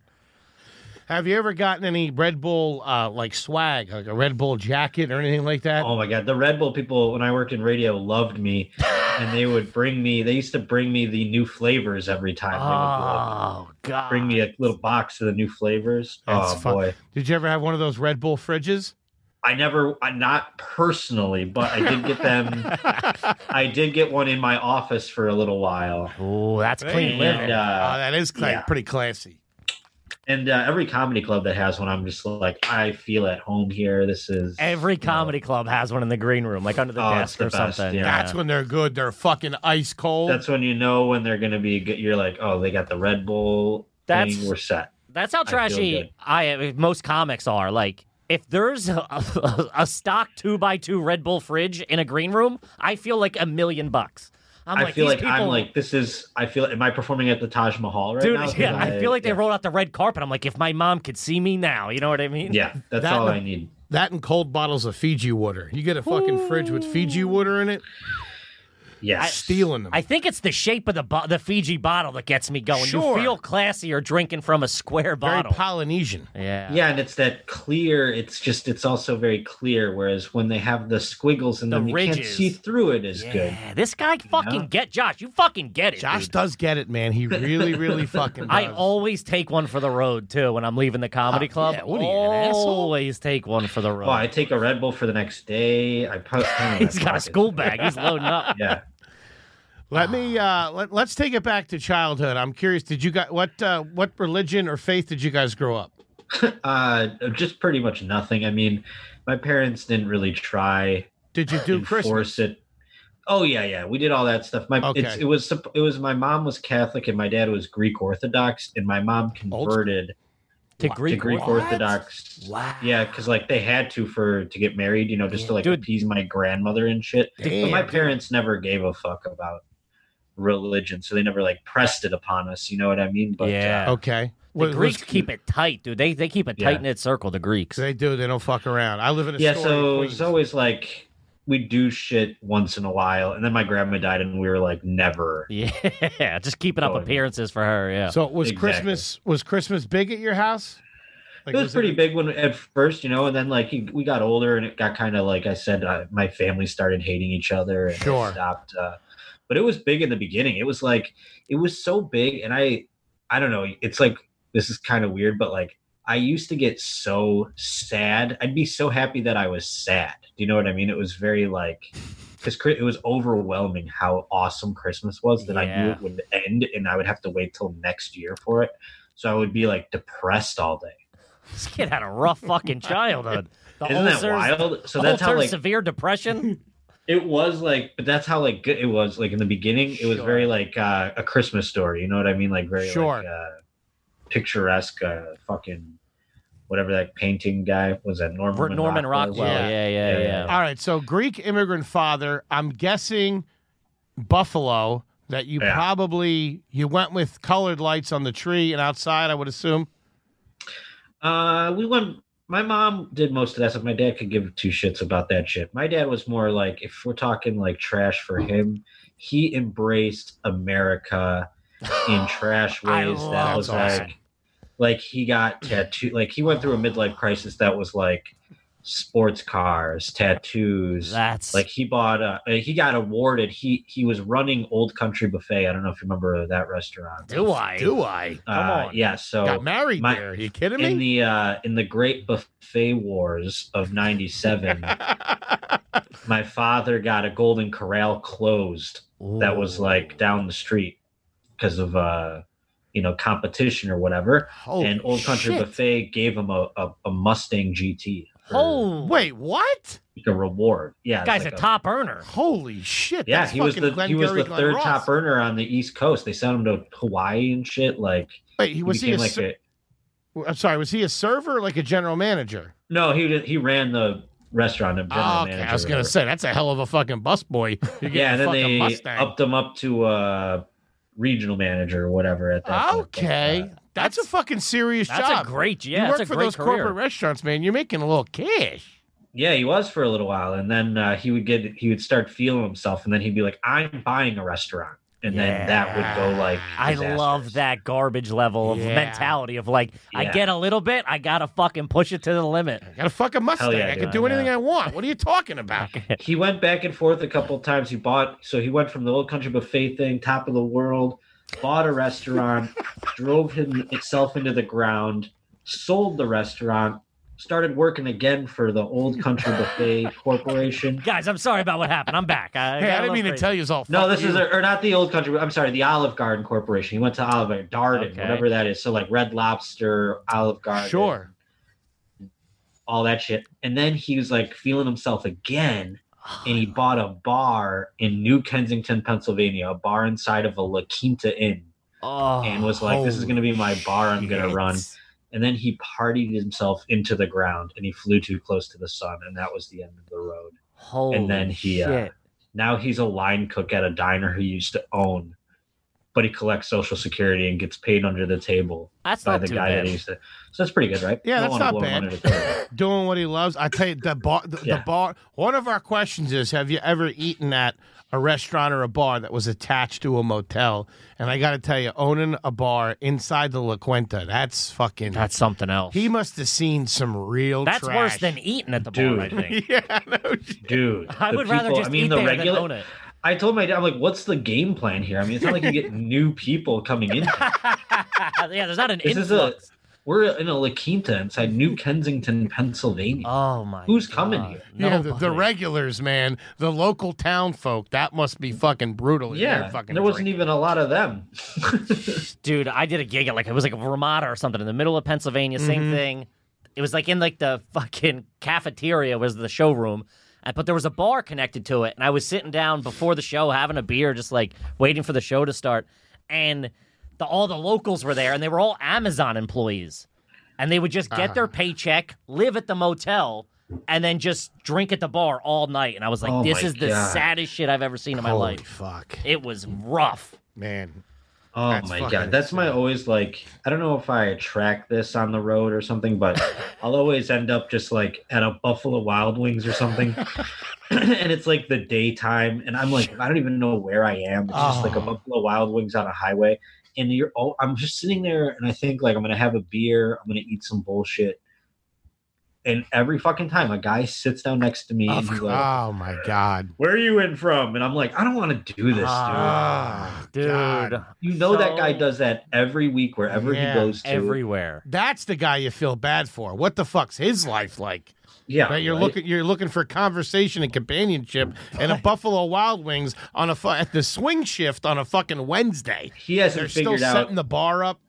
Have you ever gotten any Red Bull uh, like swag, like a Red Bull jacket or anything like that?
Oh my god, the Red Bull people when I worked in radio loved me, and they would bring me. They used to bring me the new flavors every time. They would, like,
Oh God,
bring me a little box of the new flavors.
That's
oh
fun.
boy,
Did you ever have one of those Red Bull fridges?
I never, I, not personally, but I did get them. I did get one in my office for a little while,
Oh, that's clean
And,
living.
uh,
oh, that is cla-
yeah.
pretty classy.
and uh, every comedy club that has one, I'm just like, I feel at home here. This is
Every
you know,
comedy club has one in the green room, like under the
Oh, it's
desk
the
or
best,
something.
yeah.
That's when they're good. They're fucking ice cold.
That's when you know when they're going to be. good. You're like, oh, they got the Red Bull.
That's-
thing, we're set.
That's how
feel good.
trashy I, most comics are. Like if there's a, a, stock two by two Red Bull fridge in a green room, I feel like a million bucks. I'm
i
like,
feel
these
like
people,
I'm like this is. I feel. Am I performing at the Taj Mahal right
dude,
now? 'Cause
yeah, I feel like they
yeah,
rolled out the red carpet. I'm like, if my mom could see me now, you know what I mean?
Yeah, that's
That
all
and
I need.
that and cold bottles of Fiji water. You get a fucking fridge with Fiji water in it.
Yes,
Stealing them.
I think it's the shape of the bo- the Fiji bottle that gets me going.
Sure.
You feel classier drinking from a square
Very
bottle.
Polynesian.
yeah.
Yeah, and it's that clear. It's just. It's also very clear. Whereas when they have the squiggles and
The
them, you can't
ridges.
see through it as good.
Yeah, this guy fucking get Josh. You fucking get it.
Josh
dude.
does get it, man. He really, really fucking. Does.
I always take one for the road too when I'm leaving the comedy club.
yeah, what are you, an asshole?
always take one for the road.
Oh, I take a Red Bull for the next day. I put.
He's got a school bag. He's loading up.
Yeah.
Let me uh, let, let's take it back to childhood. I'm curious. Did you guys what uh, what religion or faith did you guys grow up?
Uh, just pretty much nothing. I mean, my parents didn't really try
Did you do Christmas?
enforce it. Oh yeah, yeah. We did all that stuff. My it's,
Okay.
it was sup- it was my mom was Catholic and my dad was Greek Orthodox and my mom
school.
converted
To
to
Greek,
Greek
What?
Orthodox.
Wow.
Yeah, because like they had to for to get married, you know, just to like
Dude.
appease my grandmother and shit.
Damn,
but my
dude.
parents never gave a fuck about religion, so they never like pressed it upon us. You know what I mean? But uh,
Yeah.
Okay.
The
What-
Greeks
what's-
keep it tight, dude. They they keep a
Yeah.
tight knit circle. The Greeks.
They do. They don't fuck around. I live in a
yeah. So it's always like we do shit once in a while, and then my grandma died, and we were like never.
Yeah, just keeping up
Oh, yeah.
appearances for her. Yeah.
So was
Exactly.
Christmas was Christmas big at your house? Like,
it was, pretty big when at first, you know, and then like he- we got older and it got kind of like I said, uh, my family started hating each other and it
Sure.
stopped. Uh, but it was big in the beginning. It was like it was so big, and I, I don't know. It's like this is kind of weird, but like I used to get so sad. I'd be so happy that I was sad. Do you know what I mean? It was very like because it was overwhelming how awesome Christmas was that I knew
Yeah.
it would end, and I would have to wait till next year for it. So I would be like depressed all day.
this kid had a rough fucking childhood. The
Isn't that
ulcers-
wild? So
the
that's how
ulcers,
like
severe depression.
it was like, but that's how like good it was. Like in the beginning, it was
Sure.
very like uh, a Christmas story. You know what I mean? Like very
Sure.
like, uh, picturesque, uh, fucking whatever that painting guy was. That Norman
Norman, Norman Rockwell. Yeah.
Yeah.
Yeah, yeah,
Yeah,
yeah,
yeah.
All right. So Greek immigrant father. I'm guessing Buffalo. That you
Yeah.
probably you went with colored lights on the tree and outside. I would assume.
Uh, we went. My mom did most of that stuff. My dad could give two shits about that shit. My dad was more like, if we're talking like trash for him, he embraced America in trash
I
ways that
love
was
that.
like, like he got tattoo, like he went through a midlife crisis that was like sports cars, tattoos,
That's
like he bought a, uh, he got awarded. He he was running Old Country Buffet. I don't know if you remember that restaurant.
do I?
I?
Come
Uh,
on.
yeah. So
Got married
my-
there. Are you kidding
in
me?
the uh, in the Great Buffet Wars of '97, my father got a Golden Corral closed that was like down the street because of uh, you know competition or whatever.
Holy
and Old Country
Oh, shit.
Buffet gave him a, a, a Mustang GT.
Oh,
Wait, what?
like a reward. Yeah, it's
guy's
like
a top earner.
Holy shit!
Yeah,
that's
he was
fucking
the
Glenn
he was
Gary
the
Glenn
third
Ross.
top earner on the East Coast. They sent him to Hawaii and shit. Like
Wait, he was he?
became
A,
like
ser-
a,
I'm sorry, was he a server or like a general manager?
no, he did- he ran the restaurant. Of general
Oh, okay,
manager
I was
or
gonna
whatever.
say that's a hell of a fucking busboy. You get
yeah,
a
and then
fucking
they
Mustang.
upped him up to uh, regional manager or whatever. At that point.
okay,
But, uh,
that's, a fucking serious
That's
job.
a great. Yeah,
you
that's
work
a
for
great
those
career.
corporate restaurants, man. You're making a little cash.
yeah, he was for a little while, and then uh, he would get he would start feeling himself, and then he'd be like, "I'm buying a restaurant," and then that would go like.
I love
disastrous.
that garbage level of
Yeah.
mentality of like, I
Yeah.
get a little bit, I gotta fucking push it to the limit.
I got a fucking Mustang.
yeah,
I
dude,
can do
I know.
anything I want. What are you talking about?
he went back and forth a couple of times. He bought so he went from the old country buffet thing, top of the world, bought a restaurant, drove himself into the ground, sold the restaurant, started working again for the old country buffet corporation.
Guys, I'm sorry about what happened. I'm back. I,
Hey, I didn't mean to tell you it's all.
No,
fuck
this
you.
is a, or not the old country. I'm sorry, the Olive Garden Corporation. He went to Olive Garden, Darden,
Okay.
whatever that is. So like Red Lobster, Olive Garden,
sure.
all that shit. And then he was like feeling himself again, and he bought a bar in New Kensington, Pennsylvania, a bar inside of a La Quinta Inn,
Oh,
and was like, "This is going to be my bar. I'm going to run." And then he partied himself into the ground, and he flew too close to the sun, and that was the end of the road.
Holy
and then he, uh,
shit.
Now he's a line cook at a diner he used to own, but he collects Social Security and gets paid under the table
that's
by
not
the
too
guy that
bad.
he used to. So that's pretty good, right?
Yeah,
Don't
that's
wanna
not
blow him
bad.
under the table.
doing what he loves. I tell you, the bar, the, the
Yeah.
bar. One of our questions is: Have you ever eaten at a restaurant or a bar that was attached to a motel? And I got to tell you, owning a bar inside the La Quinta—that's fucking.
That's something else.
he must have seen some real.
that's worse
trash.
than eating at the
Dude.
bar. I think.
yeah, no shit.
Dude,
I
the
would rather
people-
just eat there than own it.
I told my dad, I'm like, what's the game plan here? I mean, it's not like you get new people coming in. here.
yeah, there's not an
This is a,
influx.
we're in a La Quinta inside New Kensington, Pennsylvania.
oh my.
Who's coming
God.
here?
Yeah, the, the
Nobody.
regulars, man, the local town folk. That must be fucking brutal. in
yeah,
their fucking
there wasn't
drink.
even a lot of them.
dude, I did a gig at like it was like Vermont or something in the middle of Pennsylvania,
Mm-hmm.
same thing. It was like in like the fucking cafeteria was the showroom. uh, But there was a bar connected to it, and I was sitting down before the show having a beer, just like waiting for the show to start. And the, all the locals were there, and they were all Amazon employees, and they would just
Uh-huh.
get their paycheck, live at the motel, and then just drink at the bar all night. And I was like,
Oh
"This
my
is the
God.
saddest shit I've ever seen in my
Holy
life."
fuck,
It was rough.
man.
Oh
That's
my
fucking
god, that's my
insane.
always like. I don't know if I attract this on the road or something, but I'll always end up just like at a Buffalo Wild Wings or something, and it's like the daytime, and I'm like, I don't even know where I am. It's just like a
Oh.
Buffalo Wild Wings on a highway, and you're. Oh, I'm just sitting there, and I think like I'm gonna have a beer, I'm gonna eat some bullshit, and every fucking time a guy sits down next to me and he's like,
Oh my god.
"Where are you in from?" and I'm like, I don't want to do this, dude.
Ah,
Dude,
God.
You know
So-
that guy does that every week wherever
Yeah,
he goes to.
everywhere.
That's the guy you feel bad for. What the fuck's his life like?
yeah,
Right? You're
right?
looking you're looking for conversation and companionship and a Buffalo Wild Wings on a fu- at the swing shift on a fucking Wednesday.
He hasn't
They're still
figured
setting the bar up.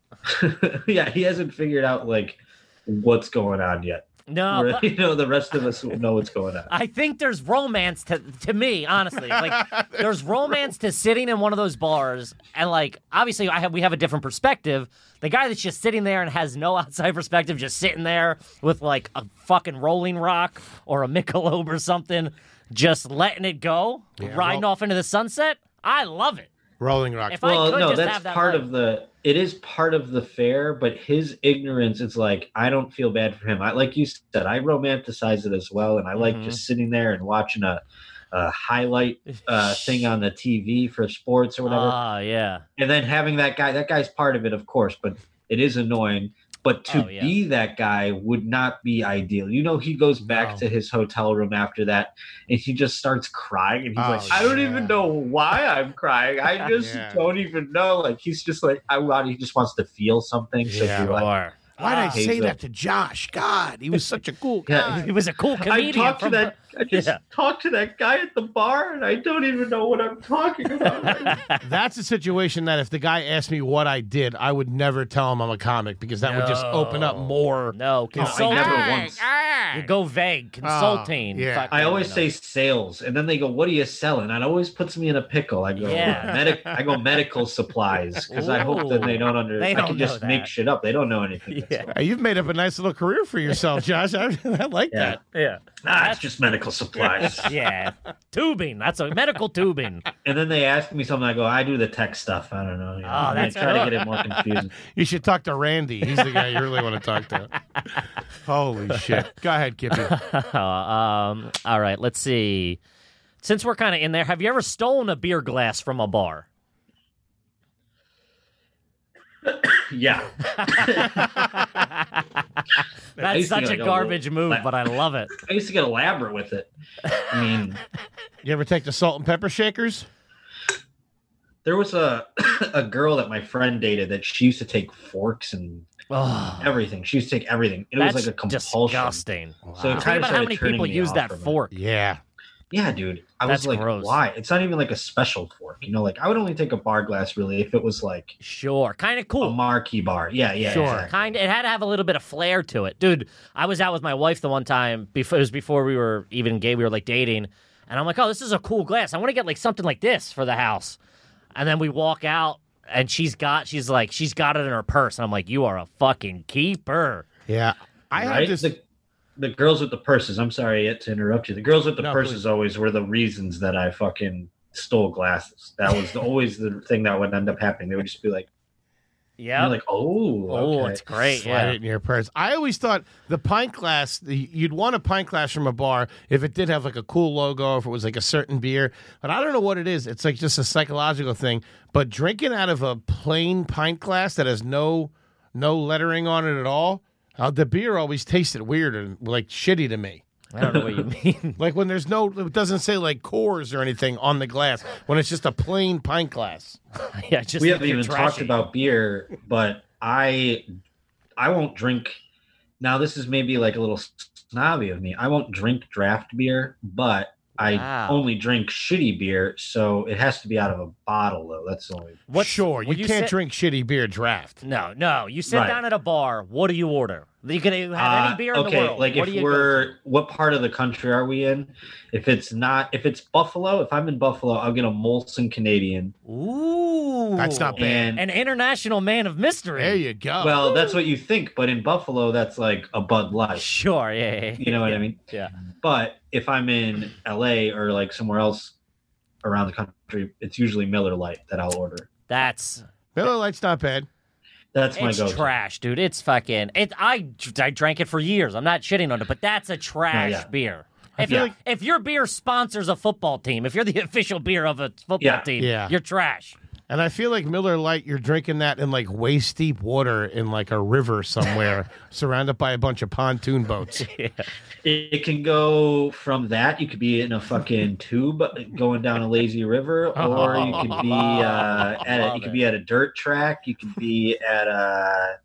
out. yeah, he hasn't figured out like what's going on yet.
No,
Where,
but
you know, the rest of us will know what's going on.
I think there's romance to to me, honestly. Like there's romance to sitting in one of those bars and like obviously I have we have a different perspective. The guy that's just sitting there and has no outside perspective, just sitting there with like a fucking rolling rock or a Michelob or something, just letting it go, riding
well-
off into the sunset. I love it.
Rolling Rock.
If I
well,
could
no,
just
that's
have that
part
life.
of the. It is part of the fair, but his ignorance. It's like I don't feel bad for him. I like you said, I romanticize it as well, and I like
Mhm.
just sitting there and watching a, a highlight uh, thing on the TV for sports or whatever.
Ah, yeah.
and then having that guy that guy's part of it of course but it is annoying but to
Oh, yeah.
be that guy would not be ideal you know he goes back
No.
to his hotel room after that and he just starts crying and he's
Oh,
like i don't
yeah.
even know why i'm crying i just
Yeah.
don't even know like he's just like i want he just wants to feel something
Yeah.
so yeah.
You
like,
are.
Why did I
Ah.
say
Hazel.
that to Josh? God, he was such a cool
Yeah.
guy.
He was a cool
I
comedian.
talked to
from-
that. I just
Yeah.
talked to that guy at the bar, and I don't even know what I'm talking about. right now.
That's a situation that if the guy asked me what I did, I would never tell him I'm a comic because that would just open up
No.
more. Oh,
No,
I
consult
never once.
Ah,
You
bad.
go vague, consulting.
Ah, yeah.
fucking,
I always
you know.
say sales, and then they go, "What are you selling?" And it always puts me in a pickle. I go,
Yeah.
medic. I go medical supplies because I hope that they don't under.
They
I
don't
can
know
just
that.
make shit up. They don't know anything.
Yeah.
Hey, You've made up a nice little career for yourself, Josh. I, I like
Yeah.
that.
yeah,
Nah, it's just medical supplies.
yeah, tubing. That's a medical tubing.
and then they ask me something. I go, "I do the tech stuff. I don't know." You know,
Oh,
and I
that's
try
good.
to get it more confusing.
You should talk to Randy. He's the guy you really want to talk to. Holy shit. Go ahead, Kippy.
um, all right, let's see. Since we're kind of in there, have you ever stolen a beer glass from a bar?
yeah.
That's
used to
such a
like a
garbage move, but I love it.
I used to get elaborate with it. I mean,
You ever take the salt and pepper shakers?
there was a a girl that my friend dated that she used to take forks and
Oh,
everything. She used to take everything. It
that's
was like a compulsion.
disgusting.
So it
Think
kind of
about how
started
many
turning
people
me
use
off
that
from it.
fork.
Yeah.
Yeah, dude. I
That's
was like,
gross.
why? It's not even like a special fork. You know, like I would only take a bar glass really if it was like
Sure, kind of
a
cool.
marquee bar. Yeah, yeah.
Sure.
exactly.
Kind, it had to have a little bit of flair to it, dude. I was out with my wife the one time before it was before we were even gay. We were like dating, and I'm like, oh, this is a cool glass. I want to get like something like this for the house. And then we walk out, and she's got, she's like, she's got it in her purse, and I'm like, you are a fucking keeper.
Yeah. I
Right?
had this.
The, the girls with the purses. I'm sorry to interrupt you. The girls with the
No,
purses always were the reasons that I fucking stole glasses. That was the, always the thing that would end up happening. They would just be like,
Yeah.
you're like, oh,
oh,
okay.
it's great.
Slide
Yeah.
it in your purse. I always thought the pint glass, the, you'd want a pint glass from a bar if it did have like a cool logo, if it was like a certain beer. But I don't know what it is. It's like just a psychological thing. But drinking out of a plain pint glass that has no no lettering on it at all, uh, the beer always tasted weird and like shitty to me.
I don't know what you mean.
Like when there's no, it doesn't say like Coors or anything on the glass. When it's just a plain pint glass.
yeah, just
we
think
haven't
you're
even talked
trashy.
about beer, but I I won't drink. Now this is maybe like a little snobby of me. I won't drink draft beer, but I
Wow.
only drink shitty beer, so it has to be out of a bottle though. That's the only.
What's-
sure, you,
when
can't
sit-
drink shitty beer draft.
No, no. You sit
Right.
down at a bar. What do you order? You can have any
Uh,
beer in
okay,
the world.
like
what do
if
you go
we're
to?
what part of the country are we in? If it's not, if it's Buffalo, if I'm in Buffalo, I'll get a Molson Canadian.
Ooh,
That's not bad.
And
An international man of mystery.
There you
uh,
go.
well, that's what you think, but in Buffalo, that's like a Bud Light.
Sure. Yeah. yeah, yeah.
You know what I mean?
Yeah.
But if I'm in LA or like somewhere else around the country, it's usually Miller Lite that I'll order.
That's
Miller Lite's not bad.
That's my
it's
go.
trash, dude. It's fucking. It. I I drank it for years. I'm not shitting on it, but that's a trash
yeah.
beer. If,
feel
you
like-
if your beer sponsors a football team, if you're the official beer of a football
Yeah.
team,
Yeah.
you're trash.
And I feel like Miller Lite, you're drinking that in like waist deep water in like a river somewhere, surrounded by a bunch of pontoon boats.
It, it can go from that. You could be in a fucking tube going down a lazy river, or you could be uh, at a,
Love
you could
it.
be at a dirt track. You could be at a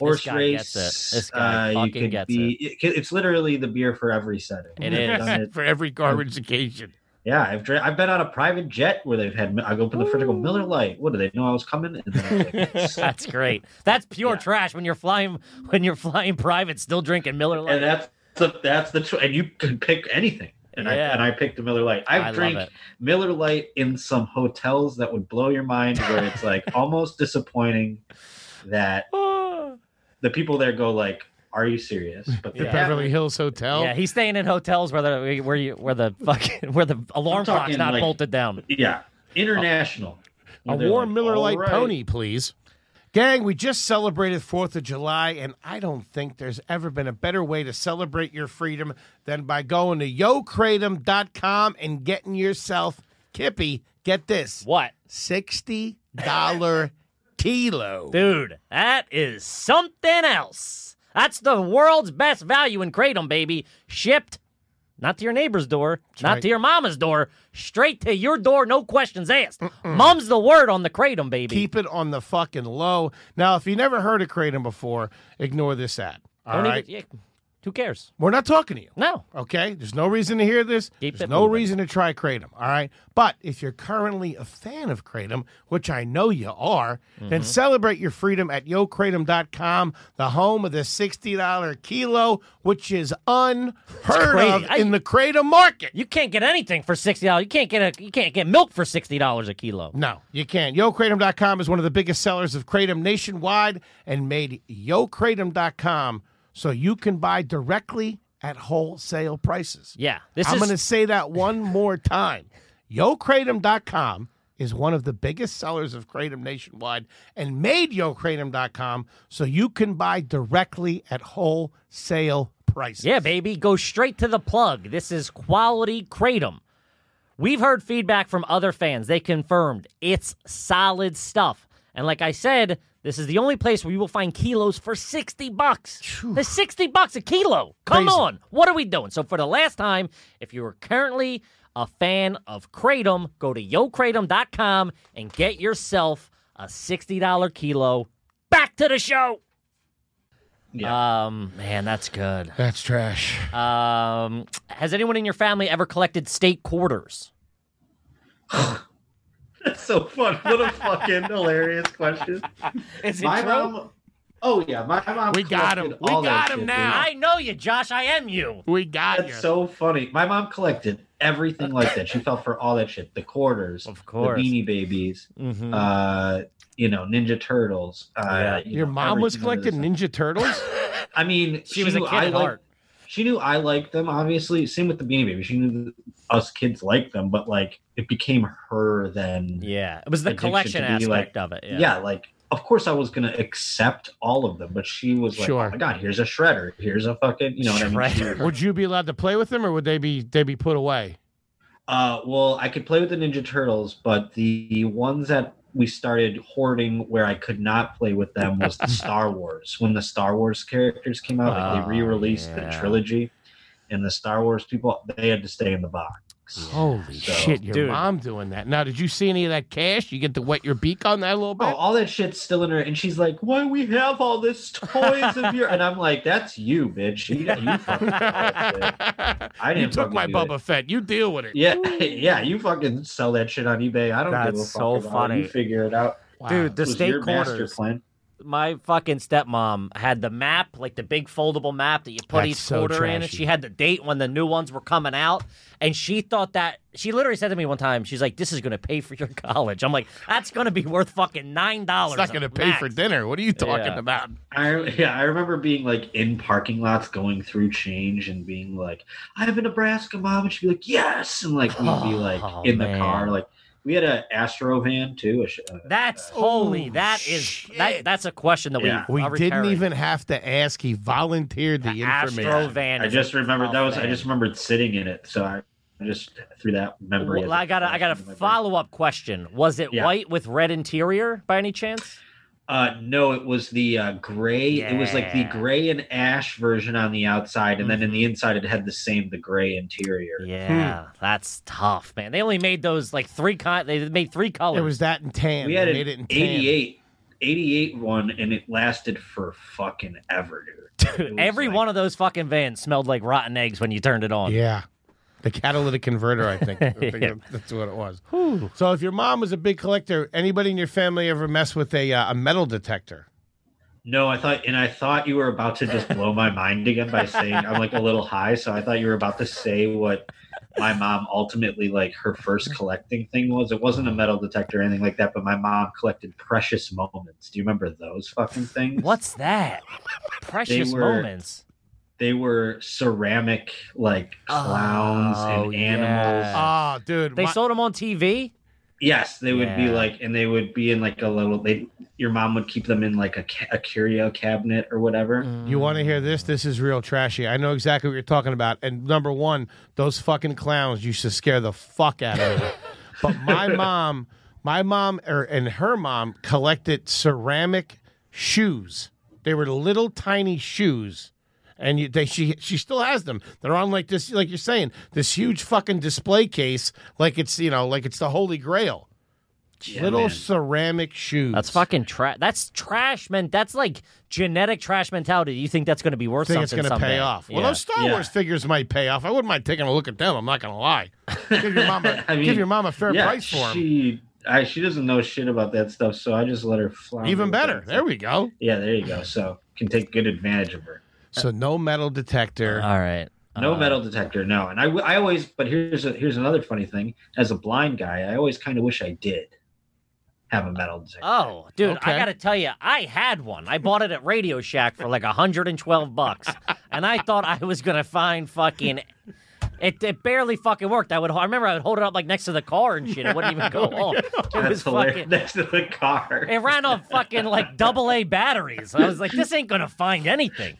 horse
guy
race. uh,
gets it. This guy
you
fucking
could
gets
be. it- it's literally the beer for every setting.
It
I've
is.
done it
for every garbage occasion.
Yeah, I've dra- I've been on a private jet where they've had I opened the fridge, I go Miller Lite. What do they know I was coming? And then I was like, "Yes."
That's great. That's pure
Yeah.
trash when you're flying when you're flying private, still drinking Miller Lite.
and that's the that's the tr- and you can pick anything. And
Yeah.
I and I picked the Miller Lite.
I
I've
love
drank
it.
Miller Lite in some hotels that would blow your mind, where it's like almost disappointing that
Ah.
the people there go like, "Are you serious?" But
The
Yeah.
Beverly Hills Hotel.
Yeah, he's staying in hotels where the where you where the fucking where the alarm
I'm
clock's
talking,
not
like-
bolted down.
yeah, international.
a
Where they're
warm
like,
Miller
"All
Lite
right."
pony, please. Gang, we just celebrated 4th of July, and I don't think there's ever been a better way to celebrate your freedom than by going to yocratom.com and getting yourself, Kippy, get this,
What,
$60 kilo.
dude? That is something else. That's the world's best value in kratom, baby. Shipped, not to your neighbor's door, not
right.
to your mama's door, straight to your door, no questions asked. Mom's the word on the kratom, baby.
Keep it on the fucking low. Now, if you never heard of Kratom before, ignore this ad. All
Don't
right.
even- yeah. Who cares?
We're not talking to you.
No.
Okay, there's no reason to hear this.
Keep
there's
it
no
moving.
reason to try kratom. All right, but if you're currently a fan of kratom, which I know you are,
Mm-hmm.
then celebrate your freedom at yokratom.com, the home of the sixty dollar kilo, which is unheard
crazy.
of
I-
in the kratom market.
You can't get anything for sixty dollars. You can't get a you can't get milk for sixty dollars a kilo.
No, you can't. YoKratom.com is one of the biggest sellers of Kratom nationwide and made YoKratom.com so you can buy directly at wholesale prices.
Yeah, this
I'm
is
going to say that one more time. YoKratom.com is one of the biggest sellers of Kratom nationwide and made YoKratom.com so you can buy directly at wholesale prices.
yeah, baby. Go straight to the plug. This is quality kratom. We've heard feedback from other fans. They confirmed it's solid stuff. And like I said, this is the only place where you will find kilos for 60 bucks. The 60 bucks a kilo. Come
Crazy.
on. What are we doing? So for the last time, if you are currently a fan of Kratom, go to yokratom.com and get yourself a $60 kilo. Back to the show.
Yeah.
Um, man, that's good.
That's trash.
Um, has anyone in your family ever collected state quarters?
That's so fun. What a fucking hilarious question.
Is
My mom. Oh yeah, my mom.
We got
collected
him. We
all that
got him
shit,
now.
I know you, Josh. I am you.
We
dude.
got you.
That's so funny. My mom collected everything like that. She fell for all that shit. The quarters,
Of
the Beanie Babies,
Hmm.
Mhm.
uh, you know, Ninja Turtles. Uh,
Yeah.
you
Your
know,
mom was
everything under the
collecting
sun.
Ninja Turtles?
I mean,
she was a
knew
kid
I
at
liked-
heart.
She knew I liked them, obviously. Same with the Beanie Babies. She knew us kids liked them, but like it became her then.
Yeah, it was the
Addiction
collection
to be
aspect
like-
of it.
yeah.
Yeah.
like of course I was gonna accept all of them, but she was like,
Sure.
"Oh my god, here's a shredder, here's a fucking, you know what I mean?" She
Shredder.
was-
Would you be allowed to play with them, or would they be they be put away?
Uh, well, I could play with the Ninja Turtles, but the ones that we started hoarding where I could not play with them was the Star Wars. When the Star Wars characters came out, like
Oh,
they re-released the
yeah.
trilogy, and the Star Wars people they had to stay in the box.
Holy
So-
shit! Your
Dude.
mom doing that. Now, did you see any of that cash? You get to wet your beak on that a little
Oh,
bit.
all that shit's still in her, and she's like, "Why we have all this toys of your?" And I'm like, "That's you, bitch. You, you fucking I
you
didn't
took my
fucking do
Bubba Fett. You deal with it.
Yeah, yeah, you fucking sell that shit on eBay. I don't give a
That's
fuck.
so
about it.
funny.
You figure it out.
Wow.
Dude, the
It was
state
your master
quarters.
plan.
My fucking stepmom had the map, like the big foldable map that you put
That's
each
so
quarter in, and
trashy.
she had the date when the new ones were coming out. And she thought that she literally said to me one time, she's like, "This is gonna pay for your college." I'm like, "That's gonna be worth fucking nine dollars."
it's not going to pay for dinner. What are you talking
Yeah.
about?
I yeah, I remember being like in parking lots going through change and being like, I have a Nebraska mom, and she'd be like, Yes, and like we'd be like
Oh,
in
man.
the car, like we had an Astro van too. A sh- uh,
That's
Oh,
holy. That is that.
shit.
That's a question that
Yeah.
we
We
are
didn't
recurring.
even have to ask. He volunteered the, information.
Astro van.
I
is
just
a
remembered that
tough
was I
van.
just remembered sitting in it, so I I just threw that memory.
Well, I got a, I got a follow up question. Was it
Yeah.
white with red interior by any chance?
Uh, no, it was the uh, gray. It was like the
Yeah.
gray and ash version on the outside, and then in the inside it had the same the gray
Hmm.
interior.
Yeah, that's tough, man. They only made those like three con. They made three colors.
It was that in tan.
We had
They
an
made it in tan.
88, 88 one, and it lasted for fucking ever, dude. It was
Every
like-
one of those fucking vans smelled like rotten eggs when you turned it on.
Yeah. The catalytic converter, I think. I think
Yeah.
That's what it was. So, if your mom was a big collector, anybody in your family ever mess with a uh, a metal detector?
No, I thought, and I thought you were about to just blow my mind again by saying I'm like a little high, so I thought you were about to say what my mom ultimately like her first collecting thing was. It wasn't a metal detector or anything like that, but my mom collected precious moments. Do you remember those fucking things?
What's that? Precious
were-
moments.
They were ceramic like clowns
Oh,
and animals.
yeah.
Oh, dude.
They
my-
sold them on TV.
Yes, they would be
Yeah.
like, and they would be in like a little. They, your mom would keep them in like a, ca- a curio cabinet or whatever.
You want to hear this? This is real trashy. I know exactly what you're talking about. And number one, those fucking clowns used to scare the fuck out of me. but my mom, my mom, er, and her mom collected ceramic shoes. They were little tiny shoes, and you, they, she she still has them. They're on like this, like you're saying, this huge fucking display case, like it's you know, like it's the holy grail.
Yeah,
Little
man.
ceramic shoes.
That's fucking trash. That's trash, man. That's like genetic trash mentality. You think that's going to be worth
think it's
something
going to
someday?
pay off. Well,
Yeah.
those Star
Yeah.
Wars figures might pay off. I wouldn't mind taking a look at them. I'm not going to lie. Mm. Give your mom a,
I mean,
give your mom a fair
yeah,
price for them.
she I, she doesn't know shit about that stuff, so I just let her fly.
Even better. There we go.
Yeah, there you go. So can take good advantage of her.
So no metal detector.
All right.
No
Uh,
metal detector, no. And I, w- I always, but here's a, here's another funny thing. As a blind guy, I always kind of wish I did have a metal detector.
Oh, dude,
Okay.
I gotta tell you, I had one. I bought it at Radio Shack for like 112 bucks, and I thought I was gonna find fucking. It, it barely fucking worked. I would I remember I would hold it up like next to the car and shit. It wouldn't even go
Oh
off. It was
that's hilarious.
fucking.
Next to the car.
It ran on fucking like double A batteries. I was like, this ain't gonna find anything.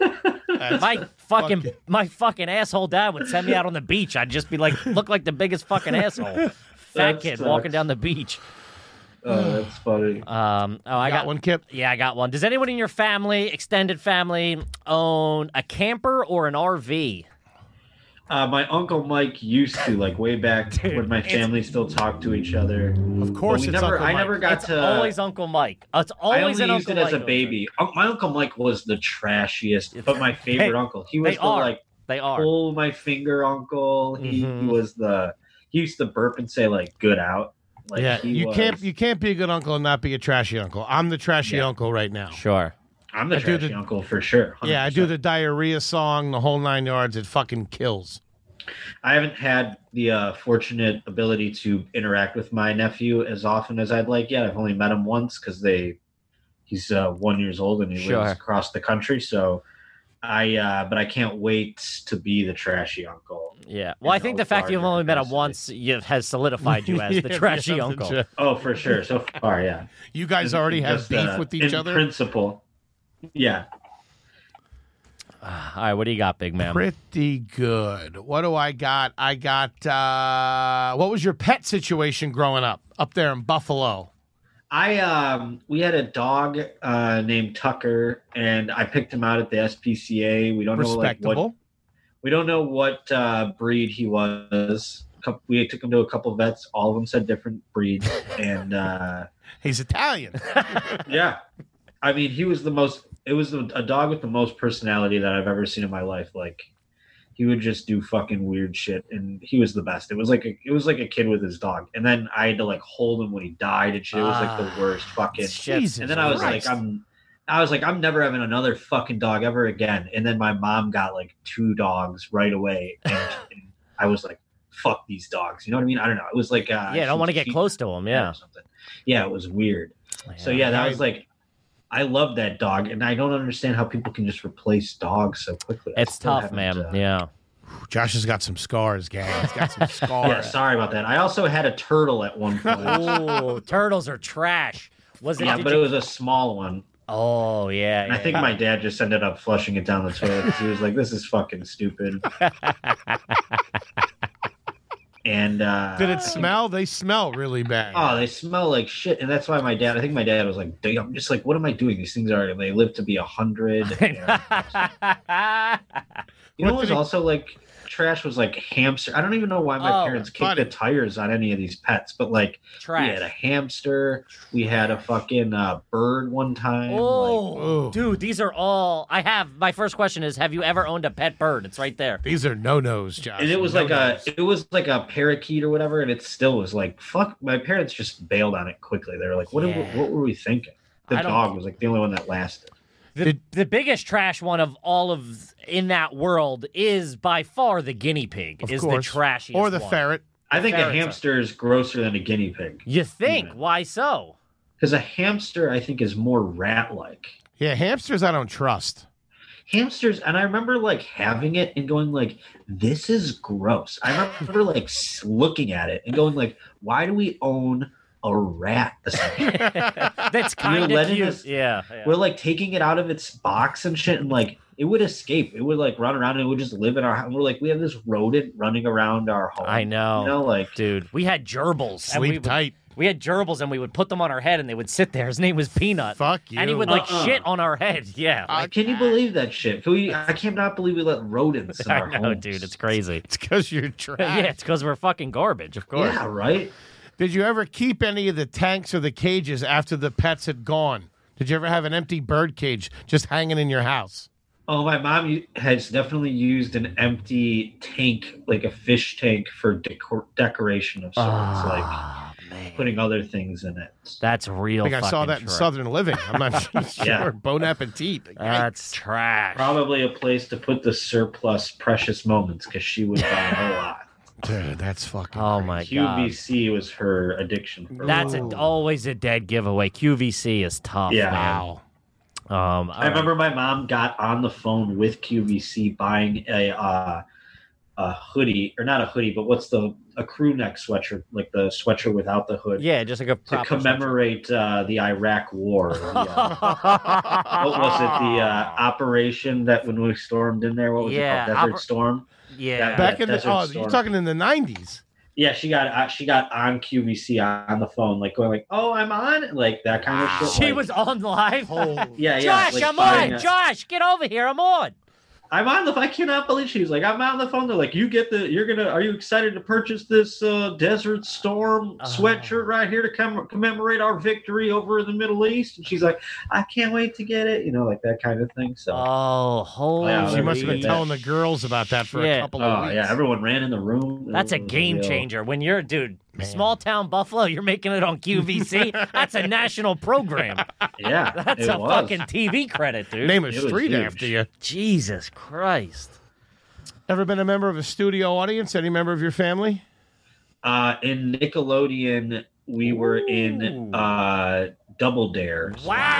That's-
My fucking my fucking asshole dad would send me out on the beach. I'd just be like, look like the biggest fucking asshole, fat
That
kid
sucks.
walking down the beach.
oh, that's funny.
Um, oh, I
got
got
one, Kip.
Yeah, I got one. Does anyone in your family, extended family, own a camper or an RV?
Uh, my uncle Mike used to like way back when my family still talked to each other.
Of
But
course,
we
it's
never,
Uncle
I
Mike.
never got
it's
to.
always Uncle Mike. It's
I
always
only
an
used
Uncle
it as a
Mike.
baby. Un- My uncle Mike was the trashiest, but my favorite
Hey,
uncle. He was
they
the
are.
like
They are.
pull my finger uncle. He
Mhm.
was the. He used to burp and say like "good out." Like,
yeah,
he
you
was-
can't you can't be a good uncle and not be a trashy uncle. I'm the trashy
Yeah.
uncle right now.
Sure.
I'm the
I do
trashy
the-
uncle for sure.
Yeah, I do
100%.
the diarrhea song, the whole nine yards. It fucking kills.
I haven't had the uh, fortunate ability to interact with my nephew as often as I'd like yet. I've only met him once because they he's uh, one years old and he
Sure.
lives across the country. So I uh, but I can't wait to be the trashy uncle.
Yeah. Well, I
In
think
all
the fact you've
larger
only met him
capacity.
once you, has solidified you as the
Yeah,
trashy
yeah,
uncle.
that's it.
Oh, for sure. So far, yeah.
You guys already have
Just,
beef
uh,
with each
in
other.
Principle. Yeah.
Ah, All right, what do you got, big man?
Pretty good. What do I got? I got. uh What was your pet situation growing up up there in Buffalo?
I um we had a dog uh named Tucker and I picked him out at the SPCA. We don't know like what
Respectable.
We don't know what uh, breed he was. Coup- We took him to a couple vets. All of them said different breeds, and uh,
He's Italian.
yeah, I mean, he was the most. It was a a dog with the most personality that I've ever seen in my life. Like, he would just do fucking weird shit, and he was the best. It was like a, it was like a kid with his dog. And then I had to like hold him when he died and shit. It was like
Ah,
the worst fucking
Shit.
and then I was
Christ.
like, I'm, I was like, I'm never having another fucking dog ever again. And then my mom got like two dogs right away, and, and I was like, fuck these dogs. You know what I mean? I don't know. It was like, uh,
yeah, I don't
she-
want to get
she-
close to him. Yeah.
or something. Yeah, it was weird. So yeah, that
Right.
was like, I love that dog, and I don't understand how people can just replace dogs so quickly. I
It's
still
tough,
haven't,
man.
uh,
yeah.
Josh has got some scars, gang. He's got some scars.
Yeah, sorry about that. I also had a turtle at one point.
Oh, turtles are trash. Was it?
yeah,
did
but
you-
it was a small one.
oh yeah.
And I
yeah,
think
yeah.
my dad just ended up flushing it down the toilet because he was like, "This is fucking stupid." and uh,
Did it smell? They smell really bad.
Oh, they smell like shit, and that's why my dad. I think my dad was like, "Damn, I'm just like, what am I doing? These things are they live to be a hundred. You know,
What
what
did
was
he-
also like trash was like hamster. I don't even know why my
Oh,
parents kicked
buddy.
the tires on any of these pets, but like we had a
Trash.
hamster, we had a fucking uh, bird one time. like-
Oh,
Ooh.
dude, these are all I have. My first question is: Have you ever owned a pet bird? It's right there.
These are no nos, Josh.
and it was like a
No-nos.
it was like a parakeet or whatever and it still was like fuck my parents just bailed on it quickly they were like what,
Yeah.
what were we thinking the
I don't-
dog was like the only one that lasted
The, the biggest trash one of all of in that world is by far the guinea pig.
Of
is
course.
the trashiest
or the
one.
ferret.
i think a
ferret's a-
hamster is grosser than a guinea pig
You think?
Even.
Why so?
because a hamster i think is more rat like
Yeah, hamsters I don't trust.
hamsters and i remember like having it and going like this is gross i remember like s- looking at it and going like why do we own a rat essentially
That's
You're
kind of
letting
cute.
us-
yeah. yeah.
We're like taking it out of its box and shit, and like it would escape. It would like run around and it would just live in our house. We're like, we have this rodent running around our home.
I know.
You know, like
Dude, we had gerbils. and we
Sleep
would-
tight.
We had gerbils and we would put them on our head and they would sit there. His name was Peanut.
Fuck you.
And he would like
Uh-uh.
shit on our head. Yeah.
I-
can you believe that shit? Can we, I cannot believe we let rodents in
I
our
know,
homes.
dude. It's crazy.
it's because you're trash.
yeah, it's because we're fucking garbage, of course.
Yeah, right.
Did you ever keep any of the tanks or the cages after the pets had gone? Did you ever have an empty bird cage just hanging in your house?
Oh, my mom u- has definitely used an empty tank, like a fish tank, for decor- decoration of sorts,
Ah,
like
man.
putting other things in it.
That's real.
I think I
fucking
saw that in
trash.
Southern Living. I'm not sure.
Yeah.
Bon appetit. Like,
That's trash.
Probably a place to put the surplus precious moments because she would buy a whole lot.
Dude, that's fucking.
Oh my god.
QVC was her addiction. For a
That's a,
while.
always a dead giveaway. QVC is tough.
Yeah.
man.
Wow.
Um, all
I remember my mom got on the phone with QVC buying a uh, a hoodie or not a hoodie, but what's the a crew neck sweatshirt like the sweatshirt without the
right.
hood
Yeah, just like a
to
proper
commemorate uh, the Iraq War. The, uh,
yeah,
what was it? The uh, operation that when we stormed in there, what was
Yeah,
it called? Desert
oper-
Storm.
yeah.
That-
Back in the
Desert
oh,
Storm.
you're talking in the '90s.
Yeah, she got uh, she got on QVC on the phone, like going like, "Oh, I'm on," like that kind of shit.
Ah. she
like-
was on live.
Yeah, yeah.
Josh,
like
I'm
buying
on.
a-
Josh, get over here. I'm on.
I'm on the. I cannot believe she was like, I'm on the phone. They're like, you get the. You're gonna. Are you excited to purchase this uh, Desert Storm
Oh.
sweatshirt right here to com- commemorate our victory over the Middle East? And she's like, I can't wait to get it. You know, like that kind of thing. So, oh,
Oh, holy!
Wow,
she must have been
Yeah.
telling the girls about that for
Yeah.
a couple of weeks.
Oh, yeah, everyone ran in the room. It
That's a
was
game
real-
changer. When you're, dude,
Man.
small town Buffalo, you're making it on QVC. That's a national program.
Yeah,
That's
it
a
was.
fucking TV credit, dude.
Name a
It was
street
huge.
after you.
Jesus Christ.
Ever been a member of a studio audience? Any member of your family?
Uh, in Nickelodeon, we were in
Ooh.
uh, Double Dare.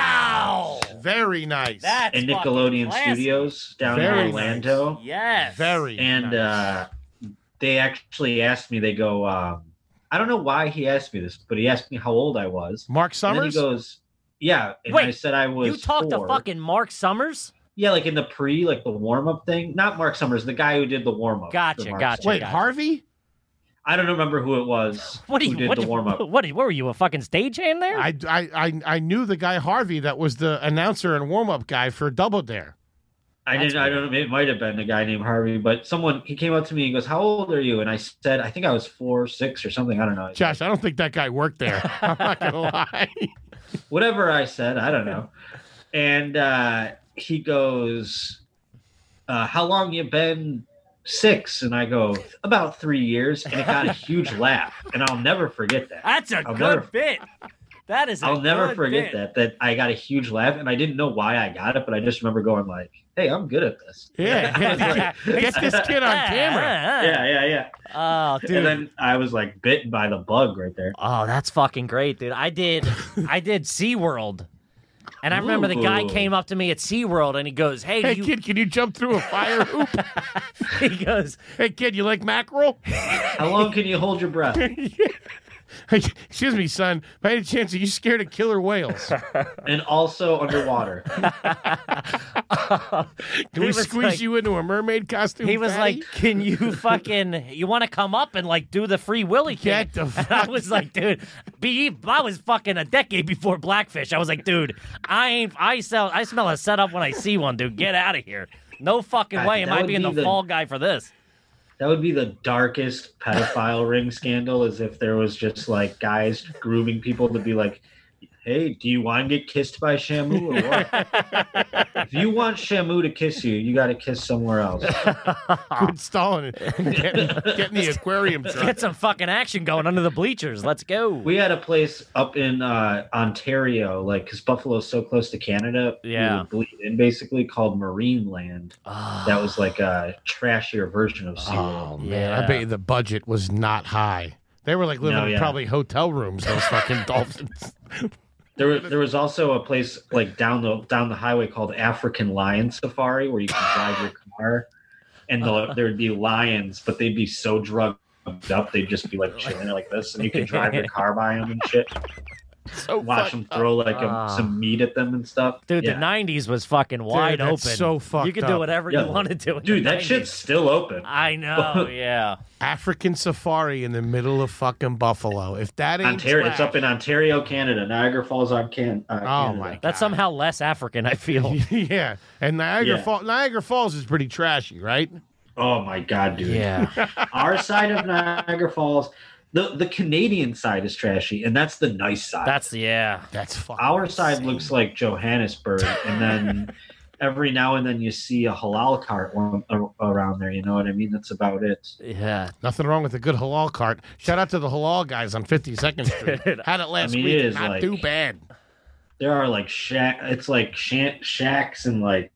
Wow.
Very nice.
That's
In
fucking
Nickelodeon
classy.
Studios down
Very
in
nice.
Orlando.
Yes.
very
and
nice.
uh, they actually asked me. They go, um, I don't know why he asked me this, but he asked me how old I was.
Mark
And then he
Summers.
goes, Yeah, and
Wait,
I said I was.
You talked
four.
to fucking Mark Summers?
yeah, like in the pre, like the warm up thing. Not Mark Summers, the guy who did the warm up.
Gotcha, gotcha.
Wait,
Gotcha.
Harvey?
I don't remember who it was.
What do
who
you
did
what
the
do-
warm up?
What, do- what were you a fucking stagehand there?
I, I I I knew the guy Harvey that was the announcer and warm up guy for Double Dare.
I
That's
didn't. I don't. know. It might have been a guy named Harvey, but someone he came up to me and goes, "How old are you?" And I said, "I think I was four, six, or something. I don't know."
Josh, I don't think that guy worked there. I'm not gonna lie.
whatever I said, I don't know. And uh, he goes, uh, "How long you been six? And I go, "About three years." And it got a huge laugh, and I'll never forget that.
That's a
I'll
good
never-
bit. That is a
I'll never
good
forget
bit.
that. That I got a huge laugh, and I didn't know why I got it, but I just remember going like, "Hey, I'm good at this."
Yeah, get, get this kid on camera.
Yeah, yeah, yeah.
Oh, dude.
And then I was like bitten by the bug right there.
Oh, that's fucking great, dude. I did I did SeaWorld. And I remember the guy
Ooh.
came up to me at SeaWorld and he goes, Hey, do
Hey
you,
kid, can you jump through a fire hoop?
he goes,
hey kid, you like mackerel?
How long can you hold your breath?
Hey, excuse me, son. By any chance, are you scared of killer whales?
And also underwater.
Can
He
we
was
squeeze
like-
you into a mermaid costume?
He was
fatty?
like, "Can you fucking you want to come up and like do the free Willy thing?"
Get the
And I
fuck-
was like, "Dude, be I was fucking a decade before Blackfish." I was like, "Dude, I ain't I sell I smell a setup when I see one, dude. Get out of here. No fucking
God,
way. Am
that
I
would
being
be
the,
the-
fall guy for this?"
That would be the darkest pedophile ring scandal, as if there was just like guys grooming people to be like, "Hey, do you want to get kissed by Shamu or what?" if you want Shamu to kiss you, you got to kiss somewhere else.
quit stalling it. Get, in- get in the aquarium truck.
"Ah." Get some fucking action going under the bleachers. Let's go.
We had a place up in uh, Ontario, like because Buffalo's so close to Canada, we
Yeah.
would bleed in basically called Marine Land.
oh,
That was like a trashier version
Ah.
of SeaWorld.
Oh man, I
Yeah.
bet you the budget was not high. They were like living
No,
in
yeah.
probably hotel rooms. Those fucking dolphins.
There, was, there was also a place like down the down the highway called African Lion Safari where you can drive your car, and the, there would be lions, but they'd be so drugged up they'd just be like chilling there like this, and you could drive your car by them and shit,
So
watch them throw like
Ah.
a, some meat at them and stuff.
dude,
Yeah.
the '90s was fucking wide
that's
open.
so fucked
You could
up.
do whatever
Yeah.
you wanted to. in
dude,
the
that
90s.
shit's still open.
I know. Yeah.
African safari in the middle of fucking Buffalo. If that ain't
Ontario, it's
swag-
up in Ontario, Canada, Niagara Falls on Can. Uh,
Oh
Canada.
my god.
That's somehow less African. I feel.
yeah, and Niagara
Yeah.
Falls. Niagara Falls is pretty trashy, right?
Oh my god, dude.
Yeah.
Our side of Niagara Falls the the Canadian side is trashy, and that's the nice side.
That's yeah.
That's fucking
our side
insane.
looks like Johannesburg, and then every now and then you see a halal cart one, a- around there. You know what I mean? That's about it.
Yeah.
Nothing wrong with a good halal cart. Shout out to the halal guys on 52nd Street. Had it last
mean,
week.
it is
Not
like-
too bad.
There are like shack. It's like shan- shacks and like,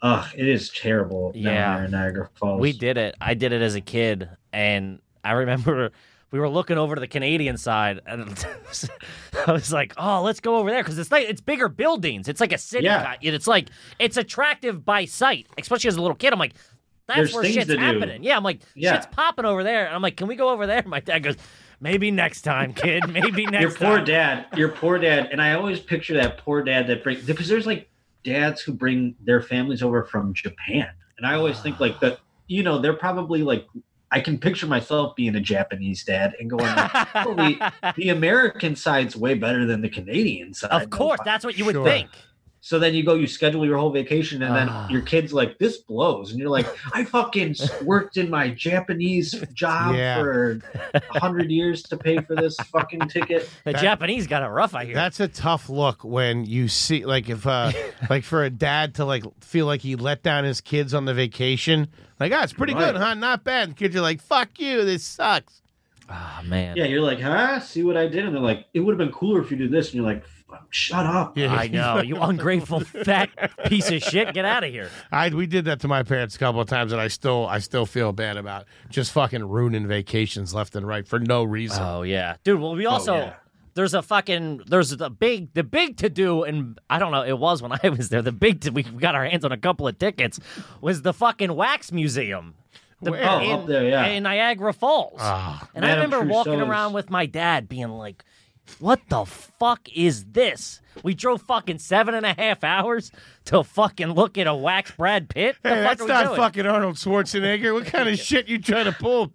ugh, it is terrible. down
Yeah.
there in Niagara Falls.
We did it. I did it as a kid, and I remember we were looking over to the Canadian side, and I was like, "Oh, let's go over there because it's like it's bigger buildings. It's like a city.
Yeah.
ki- It's like it's attractive by sight, especially as a little kid. I'm like." That's
There's
where
things
shit's
to do.
happening. Yeah, I'm like,
Yeah.
shit's popping over there. And I'm like, can we go over there? My dad goes, maybe next time, kid. Maybe next
your poor
time.
dad your poor dad and i always picture that poor dad that brings because there's like dads who bring their families over from japan and i always think like that you know they're probably like i can picture myself being a japanese dad and going like, Holy- the american side's way better than the canadian side
of course, that's what you would
Sure.
think.
so then you go you schedule your whole vacation and
Ah.
then your kid's like this blows and you're like i fucking worked in my japanese job
Yeah.
for for 100 years to pay for this fucking ticket
The
That-
Japanese got it rough, I hear.
That's a tough look when you see like if uh like for a dad to like feel like he let down his kids on the vacation. Like, ah, it's pretty
Right.
good, huh? Not bad. And kids are like, fuck you, this sucks.
Ah,
oh, man.
Yeah, you're like, huh? See what I did? And they're like, it would have been cooler if you did this. And you're like, "Fuck, shut up.
Yeah.
I know. You ungrateful fat piece of shit. Get out of here.
I we did that to my parents a couple of times and I still I still feel bad about just fucking ruining vacations left and right for no reason.
Oh yeah. Dude, well we also
yeah.
there's a fucking there's the big the big to do and I don't know, it was when I was there. The big to, we got our hands on a couple of tickets was the fucking wax museum. The-
Where?
Oh, up there, yeah.
in Niagara Falls.
Ah.
and I
Madame
remember walking
Tussauds.
around with my dad being like, What the fuck is this? We drove fucking seven and a half hours to fucking look at a wax Brad Pitt. The
Hey,
fuck
that's
are we
not
doing?
fucking Arnold Schwarzenegger. What kind of shit you trying to pull?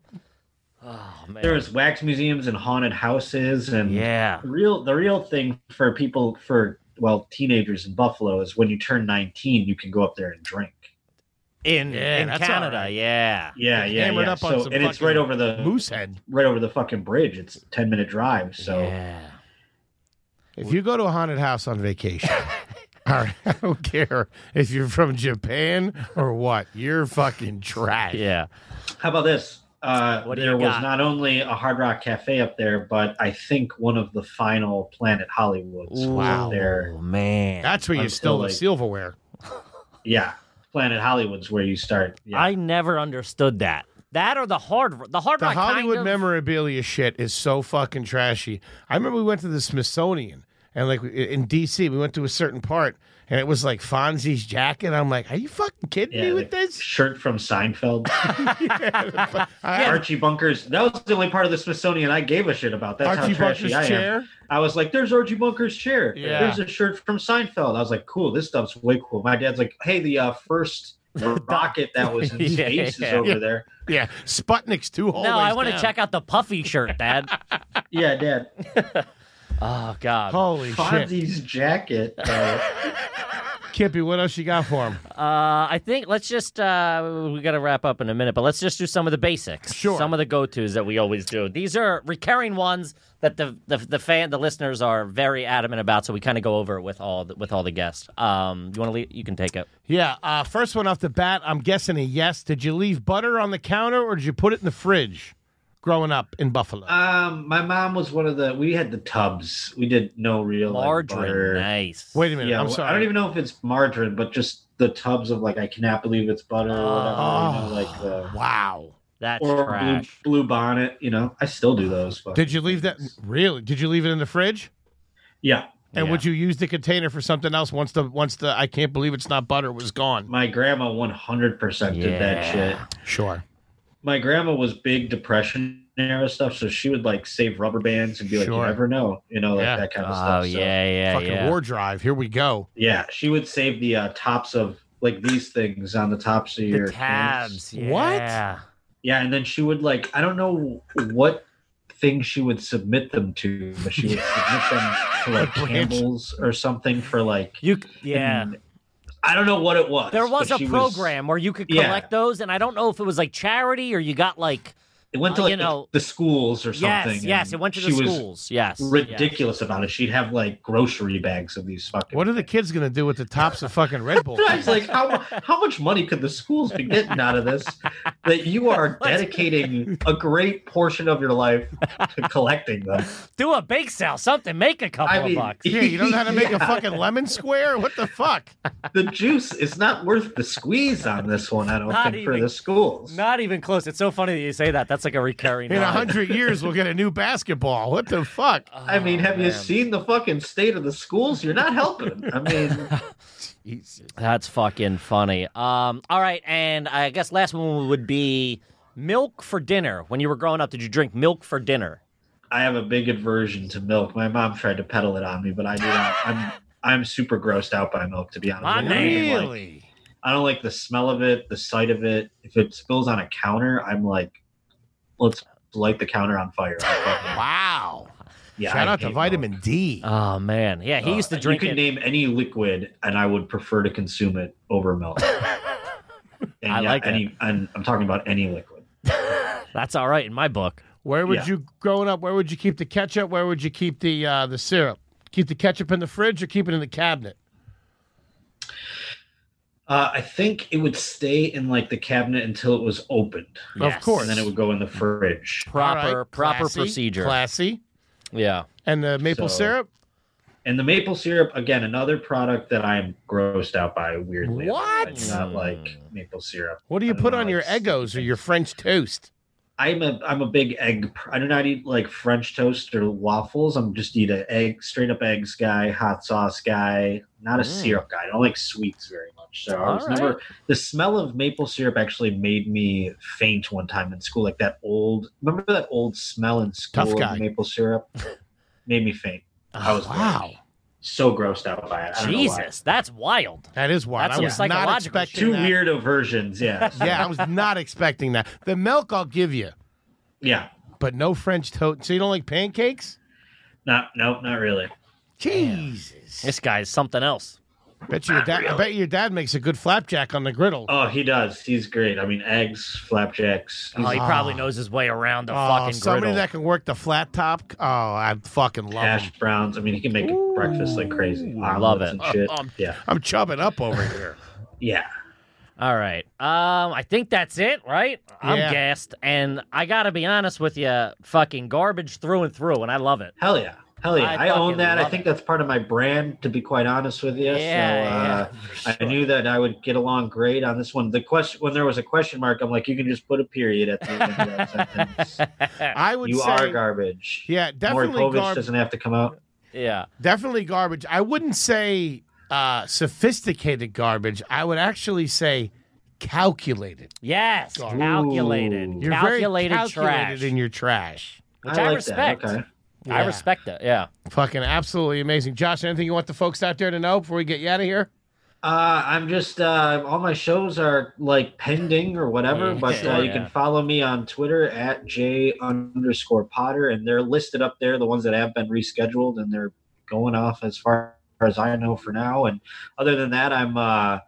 Oh, man.
There's wax museums and haunted houses and
yeah.
the real the real thing for people for well, teenagers in Buffalo is when you turn 19, you can go up there and drink.
in
Yeah,
in
that's
Canada.
all right.
Yeah.
Yeah, yeah,
Hammered
yeah.
up on
so,
some
and it's
fucking
right over the
Moosehead.
right over the fucking bridge. It's a 10 minute drive. So
yeah.
If you go to a haunted house on vacation, all right, I don't care if you're from Japan or what, you're fucking trash.
Yeah.
How about this? Uh,
What do
there
you
was
got?
not only a Hard Rock Cafe up there, but I think one of the final Planet Hollywoods
Wow.
was there.
Oh man.
That's where you
I'm
steal
still
the
like-
silverware.
Yeah, Planet Hollywoods where you start. Yeah.
I never understood that. That or the hard the hard
The
rock
Hollywood
kind of,
memorabilia shit is so fucking trashy. I remember we went to the Smithsonian and like in DC, we went to a certain part and it was like Fonzie's jacket. I'm like, are you fucking kidding
yeah,
me
the
with this?
shirt from Seinfeld,
I-
Archie Bunker's. That was the only part of the Smithsonian I gave a shit about. That's
Archie
how trashy
Bunker's
I am.
chair.
I was like, "There's Archie Bunker's chair.
Yeah.
There's a shirt from Seinfeld." I was like, "Cool, this stuff's way cool." My dad's like, "Hey, the uh, first rocket that was in
Yeah,
space
yeah.
is over
Yeah.
there."
Yeah, Sputnik's two hallways.
No, I want to
down.
check out the puffy shirt, Dad.
Yeah, Dad.
oh God.
Holy shit,
Fonzie's jacket. uh,
Kippy, what else you got for him?
Uh, I think let's just uh, we got to wrap up in a minute, but let's just do some of the basics.
Sure.
Some of the go tos that we always do. These are recurring ones that the the, the fan the listeners are very adamant about, so we kind of go over it with all the, with all the guests. Um, you want to leave? You can take it.
Yeah, uh, first one off the bat, I'm guessing a yes. Did you leave butter on the counter or did you put it in the fridge growing up in Buffalo?
Um, my mom was one of the. We had the tubs. We did no real like, butter.
Margarine, nice.
Wait a minute,
Yeah,
I'm
well,
sorry.
I don't even know if it's margarine, but just the tubs of like I cannot believe it's butter or
Oh.
whatever. You know, like the
Wow.
That's
or blue,
trash.
blue bonnet. You know, I still do those. But
Did you leave that? Really? Did you leave it in the fridge?
Yeah,
And
Yeah.
would you use the container for something else once the once the I can't believe it's not butter was gone?
my grandma one hundred percent did that
Yeah.
shit.
Sure.
My grandma was big Depression era stuff, so she would like save rubber bands and be like,
Sure.
"You never know," you know, like
Yeah.
that kind of
Oh
stuff. so-
yeah, yeah,
Fucking
yeah.
war drive. Here we go.
yeah. She would save the uh, tops of like these things on the tops of your
the
cans.
tabs.
What?
Yeah.
Yeah, and then she would like I don't know what thing she would submit them to, but she would submit them to like
Branch.
Campbell's or something for like
You c- yeah.
and I don't know what it was.
There was
but
a
she
program where you could
Yeah.
collect those, and I don't know if it was like charity or you got like
It went
Uh,
to like
you know-
the, the schools or something.
Yes, yes,
and
it went to the
she was
schools. Yes, yes.
Ridiculous about it. She'd have like grocery bags of these fucking.
What are the kids gonna do with the tops of fucking Red Bull?
I was like, how how much money could the schools be getting out of this that you are dedicating a great portion of your life to collecting them?
Do a bake sale, something. Make a couple
I
of
mean,
bucks.
Yeah, you don't know how to make a
Yeah.
fucking lemon square? What the fuck?
The juice is not worth the squeeze on this one. I don't
Not
think for
even-
the schools.
Not even close. It's so funny that you say that. That's like a recurring.
In a
line.
hundred years we'll get a new basketball. What the fuck?
I mean,
Oh,
have you
man.
seen the fucking state of the schools? You're not helping. I mean,
That's fucking funny. Um, all right, and I guess last one would be milk for dinner. When you were growing up, did you drink milk for dinner?
I have a big aversion to milk. My mom tried to peddle it on me, but I do not. I'm I'm super grossed out by milk, to be honest.
My
I don't even like-
Really?
I don't like the smell of it, the sight of it. If it spills on a counter, I'm like, let's light the counter on fire. I fucking-
Wow.
yeah,
Shout
I
out to
hate milk.
vitamin D.
Oh man, yeah, he used to
Uh,
drink
You could
it.
name any liquid, and I would prefer to consume it over milk. And
I like that.
any, and I'm talking about any liquid.
That's all right in my book.
Where would
Yeah.
you growing up? Where would you keep the ketchup? Where would you keep the uh, the syrup? Keep the ketchup in the fridge or keep it in the cabinet?
Uh, I think it would stay in like the cabinet until it was opened,
Yes.
Of course.
and then it would go in the fridge.
proper
All right,
proper
classy,
procedure.
Classy.
yeah.
And the maple
So-
syrup.
And the maple syrup, again, another product that I'm grossed out by. Weirdly,
What?
I do not like maple syrup.
What do you
I don't
put
know,
on your
it's-
egos or your French toast?
I'm a I'm a big egg. pr- I do not eat like French toast or waffles. I'm just eat a egg, straight up eggs guy, hot sauce guy. Not a
Mm.
syrup guy. I don't like sweets very much. So I was
All right.
never the smell of maple syrup actually made me faint one time in school. Like that old remember that old smell in school
Tough guy.
of maple syrup made me faint. I was
Wow,
so grossed out by it. I don't know why.
Jesus, that's wild.
that is wild.
That's
I
some
was not
psychological
expecting
Two
that.
weird aversions. Yeah.
Yeah, I was not expecting that. The milk I'll give you,
yeah.
but no French toast. So you don't like pancakes?
Not no, not really.
Jesus.
This guy's something else.
Bet you your dad. I bet your dad makes a good flapjack on the griddle.
Oh, he does. He's great. I mean, eggs, flapjacks.
Oh, he probably knows his way around a
Ah,
fucking
Oh, somebody
griddle.
that can work the flat top. Oh, I fucking love him.
hash browns. I mean, he can make breakfast like crazy.
I love
Omelets
it.
and shit.
Um,
yeah,
I'm chubbing up over here.
yeah.
All right. Um, I think that's it, right? I'm
Yeah.
gassed, and I gotta be honest with you, fucking garbage through and through, and I love it.
Hell yeah, hell yeah.
I
I,
fucking
own that.
love
I think
it.
that's part of my brand. To be quite honest with you,
Yeah,
so, uh, I knew that I would get along great on this one. The question when there was a question mark, I'm like, you can just put a period at the end of that sentence.
I would
You
say,
are garbage.
yeah, definitely
Maury Povich
garbage.
doesn't have to come out.
yeah.
Definitely garbage. I wouldn't say uh, sophisticated garbage. I would actually say calculated.
Yes.
Ooh.
Calculated.
You're
You're
calculated
very calculated
trash.
in your trash.
Which I respect.
That. Okay.
I
Yeah.
respect it. Yeah.
Fucking absolutely amazing, Josh. Anything you want the folks out there to know before we get you out of here?
Uh, I'm just uh, all my shows are like pending or whatever,
Mm. Yeah.
but uh, you
Yeah.
can follow me on Twitter at j underscore Potter, and they're listed up there, the ones that have been rescheduled, and they're going off as far as I know for now. And other than that, I'm uh,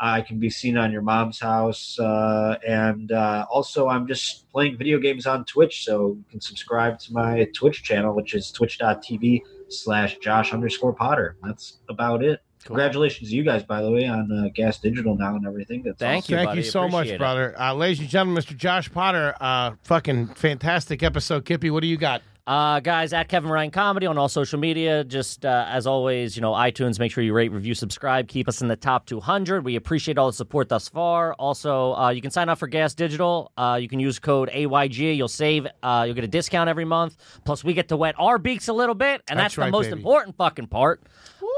I can be seen on your mom's house, uh, and uh, also I'm just playing video games on Twitch, so you can subscribe to my Twitch channel, which is twitch.tv slash Josh underscore Potter. That's about it. Congratulations to you guys, by the way, on uh, Gas Digital now and everything. That's
Thank
awesome.
you,
Thank
buddy.
you so much,
Appreciate it.
brother. Uh, ladies and gentlemen, Mr. Josh Potter, uh, fucking fantastic episode. Kippy, what do you got?
Uh, guys, at Kevin Ryan Comedy on all social media. Just uh, as always, you know, iTunes, make sure you rate, review, subscribe. Keep us in the top 200. We appreciate all the support thus far. Also, uh, you can sign up for Gas Digital. Uh, you can use code AYG. You'll save, uh, you'll get a discount every month. Plus, we get to wet our beaks a little bit, and that's,
That's
the
right,
most
baby.
important fucking part.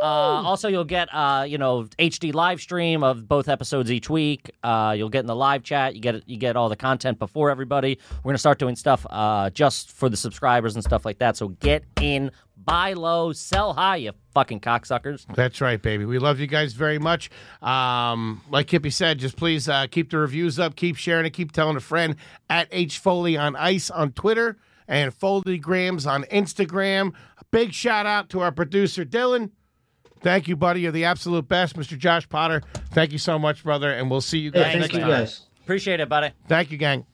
Uh, also, you'll get, uh, you know, HD live stream of both episodes each week. Uh, you'll get in the live chat. You get you get all the content before everybody. We're gonna start doing stuff uh, just for the subscribers and stuff like that. So get in, buy low, sell high, you fucking cocksuckers.
That's right, baby. We love you guys very much. Um, like Kippy said, just please uh, keep the reviews up, keep sharing it, keep telling a friend at H Foley on Ice on Twitter and Foleygrams on Instagram. A big shout out to our producer, Dylan. Thank you, buddy. You're the absolute best, Mr. Josh Potter. Thank you so much, brother. And we'll see you guys
Yeah,
next
thank you
time.
guys.
Appreciate it, buddy.
Thank you, gang.